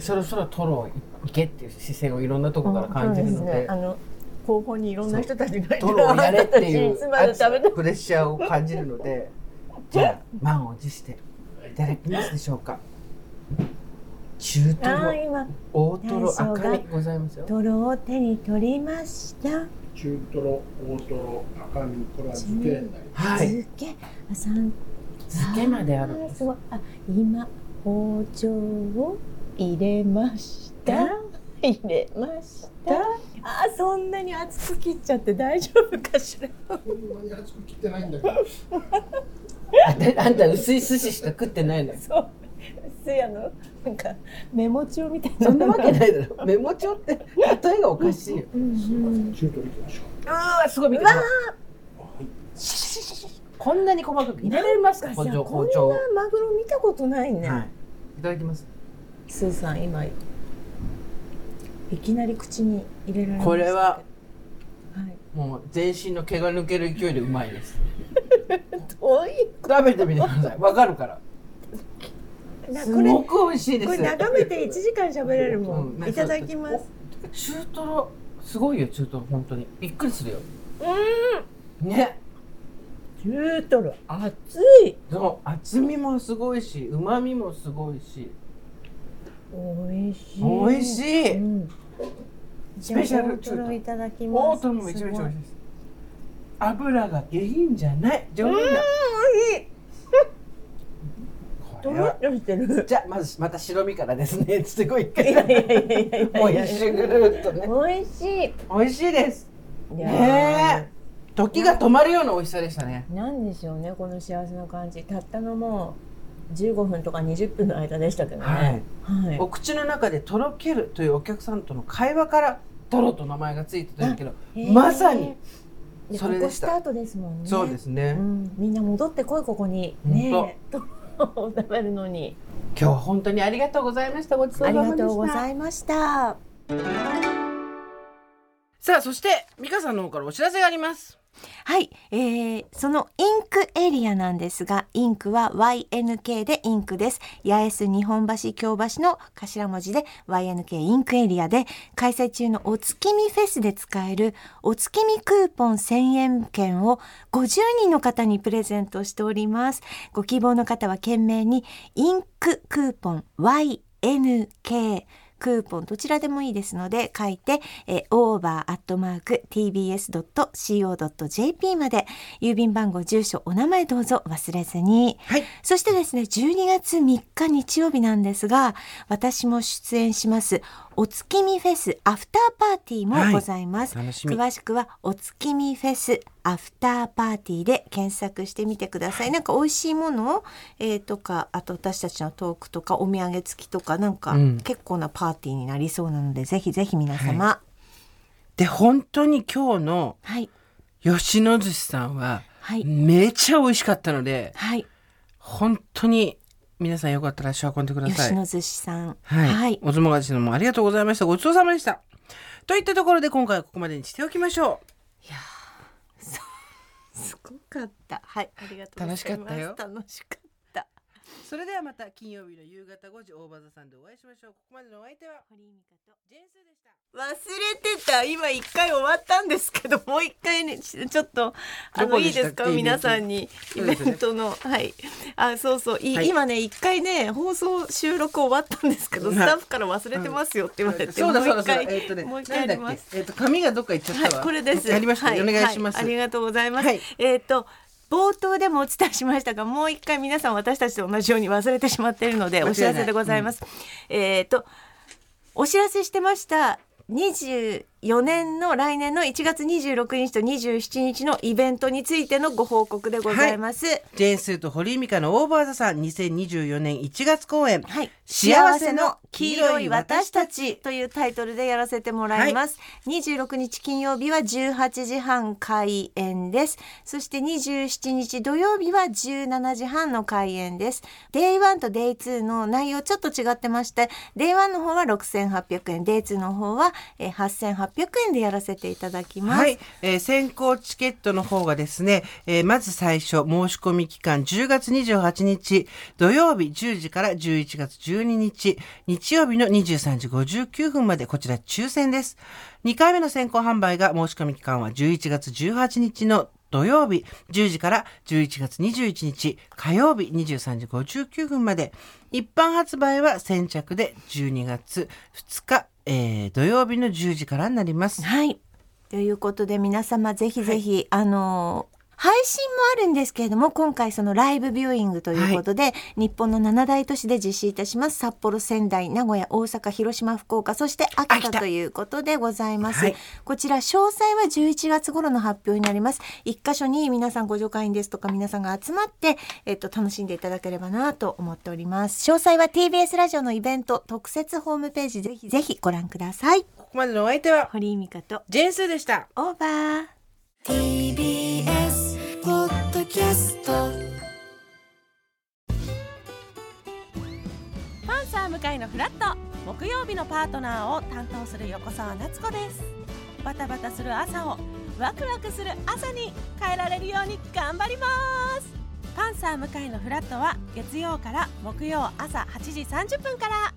そろそろトロ行けっていう視線をいろんなとこから感じるの
そうですね
で
あの後方にいろんな人たちがいて
トロをやれってい
私いうつまで食べた
プレッシャーを感じるのでじゃあ満を持していただきますでしょうか中ト
ああ
ロ
ー今
大トロ
大将が
赤身ございますよ
トロを手に取りました。
中トロ大トロ赤身これは漬けになります
はい
漬けあさん
漬けまであるん
ー
です
すごいあ今包丁を入れました入れましたあーそんなに厚く切っちゃって大丈夫かしら
そんなに厚く切ってないんだけど
あであんた薄い寿司しか食ってないのよ
そう薄いあのなんかメモ帳みたいな
<laughs> そんなわけないだろメモ帳って例えがおかしいよ
<laughs> うんうん
中トロいきましょう
うわすごい見てこんなに細かく入れられますか
なんか
包
さ
丁
こ
包
ん
丁
なマグロ見たことないね、
はいいただきます
スーさん今いきなり口に入れられました
これは
はい
もう全身の毛が抜ける勢いでうまいです
おい
食べてみてくださいわかるから
な
す
これ
ごく美味しいです
これ眺めて1時間喋れるも
うん
ん。
ね
いただきます。
中トロすごいよ中トロ本当にびっくりするようんね
中トロ熱い。
その厚みもすごいし旨味もすごいし
美味しい。
美味し
い。
い、
うん、
スペシャル
じゃあ大トロいただきます。
大トロもめちゃめちゃ美味しいです油が下品じゃない上品な
す
こ
ごい。美味しい。と
れ
ろ
は
っとしてる。
じゃあまずまた白身からですね <laughs> すごい
いやいやいやいやいや。
もう一周ぐるっとね
美味しい。
美味しいです
いやー
ねえ時が止まるような美味しさでしたね
なんでしょうねこの幸せな感じ。たったのもう15分とか20分の間でしたけどね。はい。
お口の中でとろけるというお客さんとの会話からとろと名前がついてたんだけど
へー
まさに。
で
そ
こ
れ
こ
で
ス
し
タ
た
ートですもんね。
そうですね、
うん、みんな戻ってこいここにねえと食べるのに
今日は本当にありがとうございましたごちそう
あ
さ
り
まで
が
した
とうございました
さあそして美香さんの方からお知らせがあります
はい、えー、そのインクエリアなんですが、インクは YNK でインクです。八重洲日本橋京橋の頭文字で YNK インクエリアで、開催中のお月見フェスで使えるお月見クーポン1000円券を50人の方にプレゼントしております。ご希望の方は懸命にインククーポン YNK クーポンどちらでもいいですので書いて、えー、over.tbs.co.jp まで郵便番号住所お名前どうぞ忘れずに、
はい
そしてですね12月3日日曜日なんですが私も出演しますお月見フェスアフターパーティーもございます、
はい楽しみ
詳しくはお月見フェスアフターパーティーで検索してみてくださいなんか美味しいものを、えー、とかあと私たちのトークとかお土産付きとかなんか
うん
結構なパーティーになりそうなので、ぜひぜひ皆様
で本当に今日の
はい
吉野寿司さんは
はい
めちゃ美味しかったので
はい、
本当に皆さんよかったら足を運んでください
吉野寿司さん
はい、
はい
お相撲勝ちのもありがとうございましたごちそうさまでしたといったところで今回はここまでにしておきましょう
すごかったはいありがとうございます
楽しかったよ
楽しかった
それではまた金曜日の夕方5時大場座さんでお会いしましょうここまでのお相手は
堀井美香と
ジェンスーでした
忘れてた今一回終わったんですけどもう一回ねちちょっとあ
ど
の
こ
い
で
い
したっけ
です
イ
か
ベント
皆さんにイ
そう
ベ
ですね
ントの、はいあそうそう、い
はい
今ね一回ね放送収録終わったんですけど
はい
スタッフから忘れてますよって言われて、
そうだ
も
そう
う
だそ
一
うだ
回
えっとね
もう一回
な
や
んだっけ
ります
えっと紙がどっか行っちゃった
はい
わ
これです
やりました
は
お願いします
はありがとうございます、
はい
えっ、と冒頭でもお伝えしましたがもう一回皆さん私たちと同じように忘れてしまっているので
間違いない
お知らせでございます、えっ、とお知らせしてました24年の来年の1月26日と27日のイベントについてのご報告でございます。はい
ジェンスーと堀井美香のオーバーザさん2024年1月公演、
幸せの黄色い私たちというタイトルでやらせてもらいます。26日金曜日は18時半開演です。そして27日土曜日は17時半の開演です。Day1 と Day2 の内容ちょっと違ってまして、Day1 の方は6800円、Day2 の方はえー8800円でやらせていただきます。
はい、えー先行チケットの方がですね、えーまず最初申し込み期間10月28日土曜日10時から11月12日日曜日の23時59分までこちら抽選です2回目の先行販売が申し込み期間は11月18日の土曜日10時から11月21日火曜日23時59分まで一般発売は先着で12月2日、えー土曜日の10時からになります
はい。ということで皆様ぜひぜひ、あのー配信もあるんですけれども今回そのライブビューイングということで、日本の7大都市で実施いたします札幌仙台名古屋大阪広島福岡そして秋
秋
田
田
ということでございます、
はい
こちら詳細は11月頃の発表になります一箇所に皆さんご助会員ですとか皆さんが集まって、えっと、楽しんでいただければなと思っております詳細は TBS ラジオのイベント特設ホームページぜひぜひご覧ください
ここまでのお相手は
堀井美香と
ジェンスーでした。
オーバー
TBS ポッドキャスト
パンサー向かいのフラット木曜日のパートナーを担当する横澤夏子ですバタバタする朝をワクワクする朝に変えられるように頑張りますパンサー向かいのフラットは月曜から木曜朝8時30分から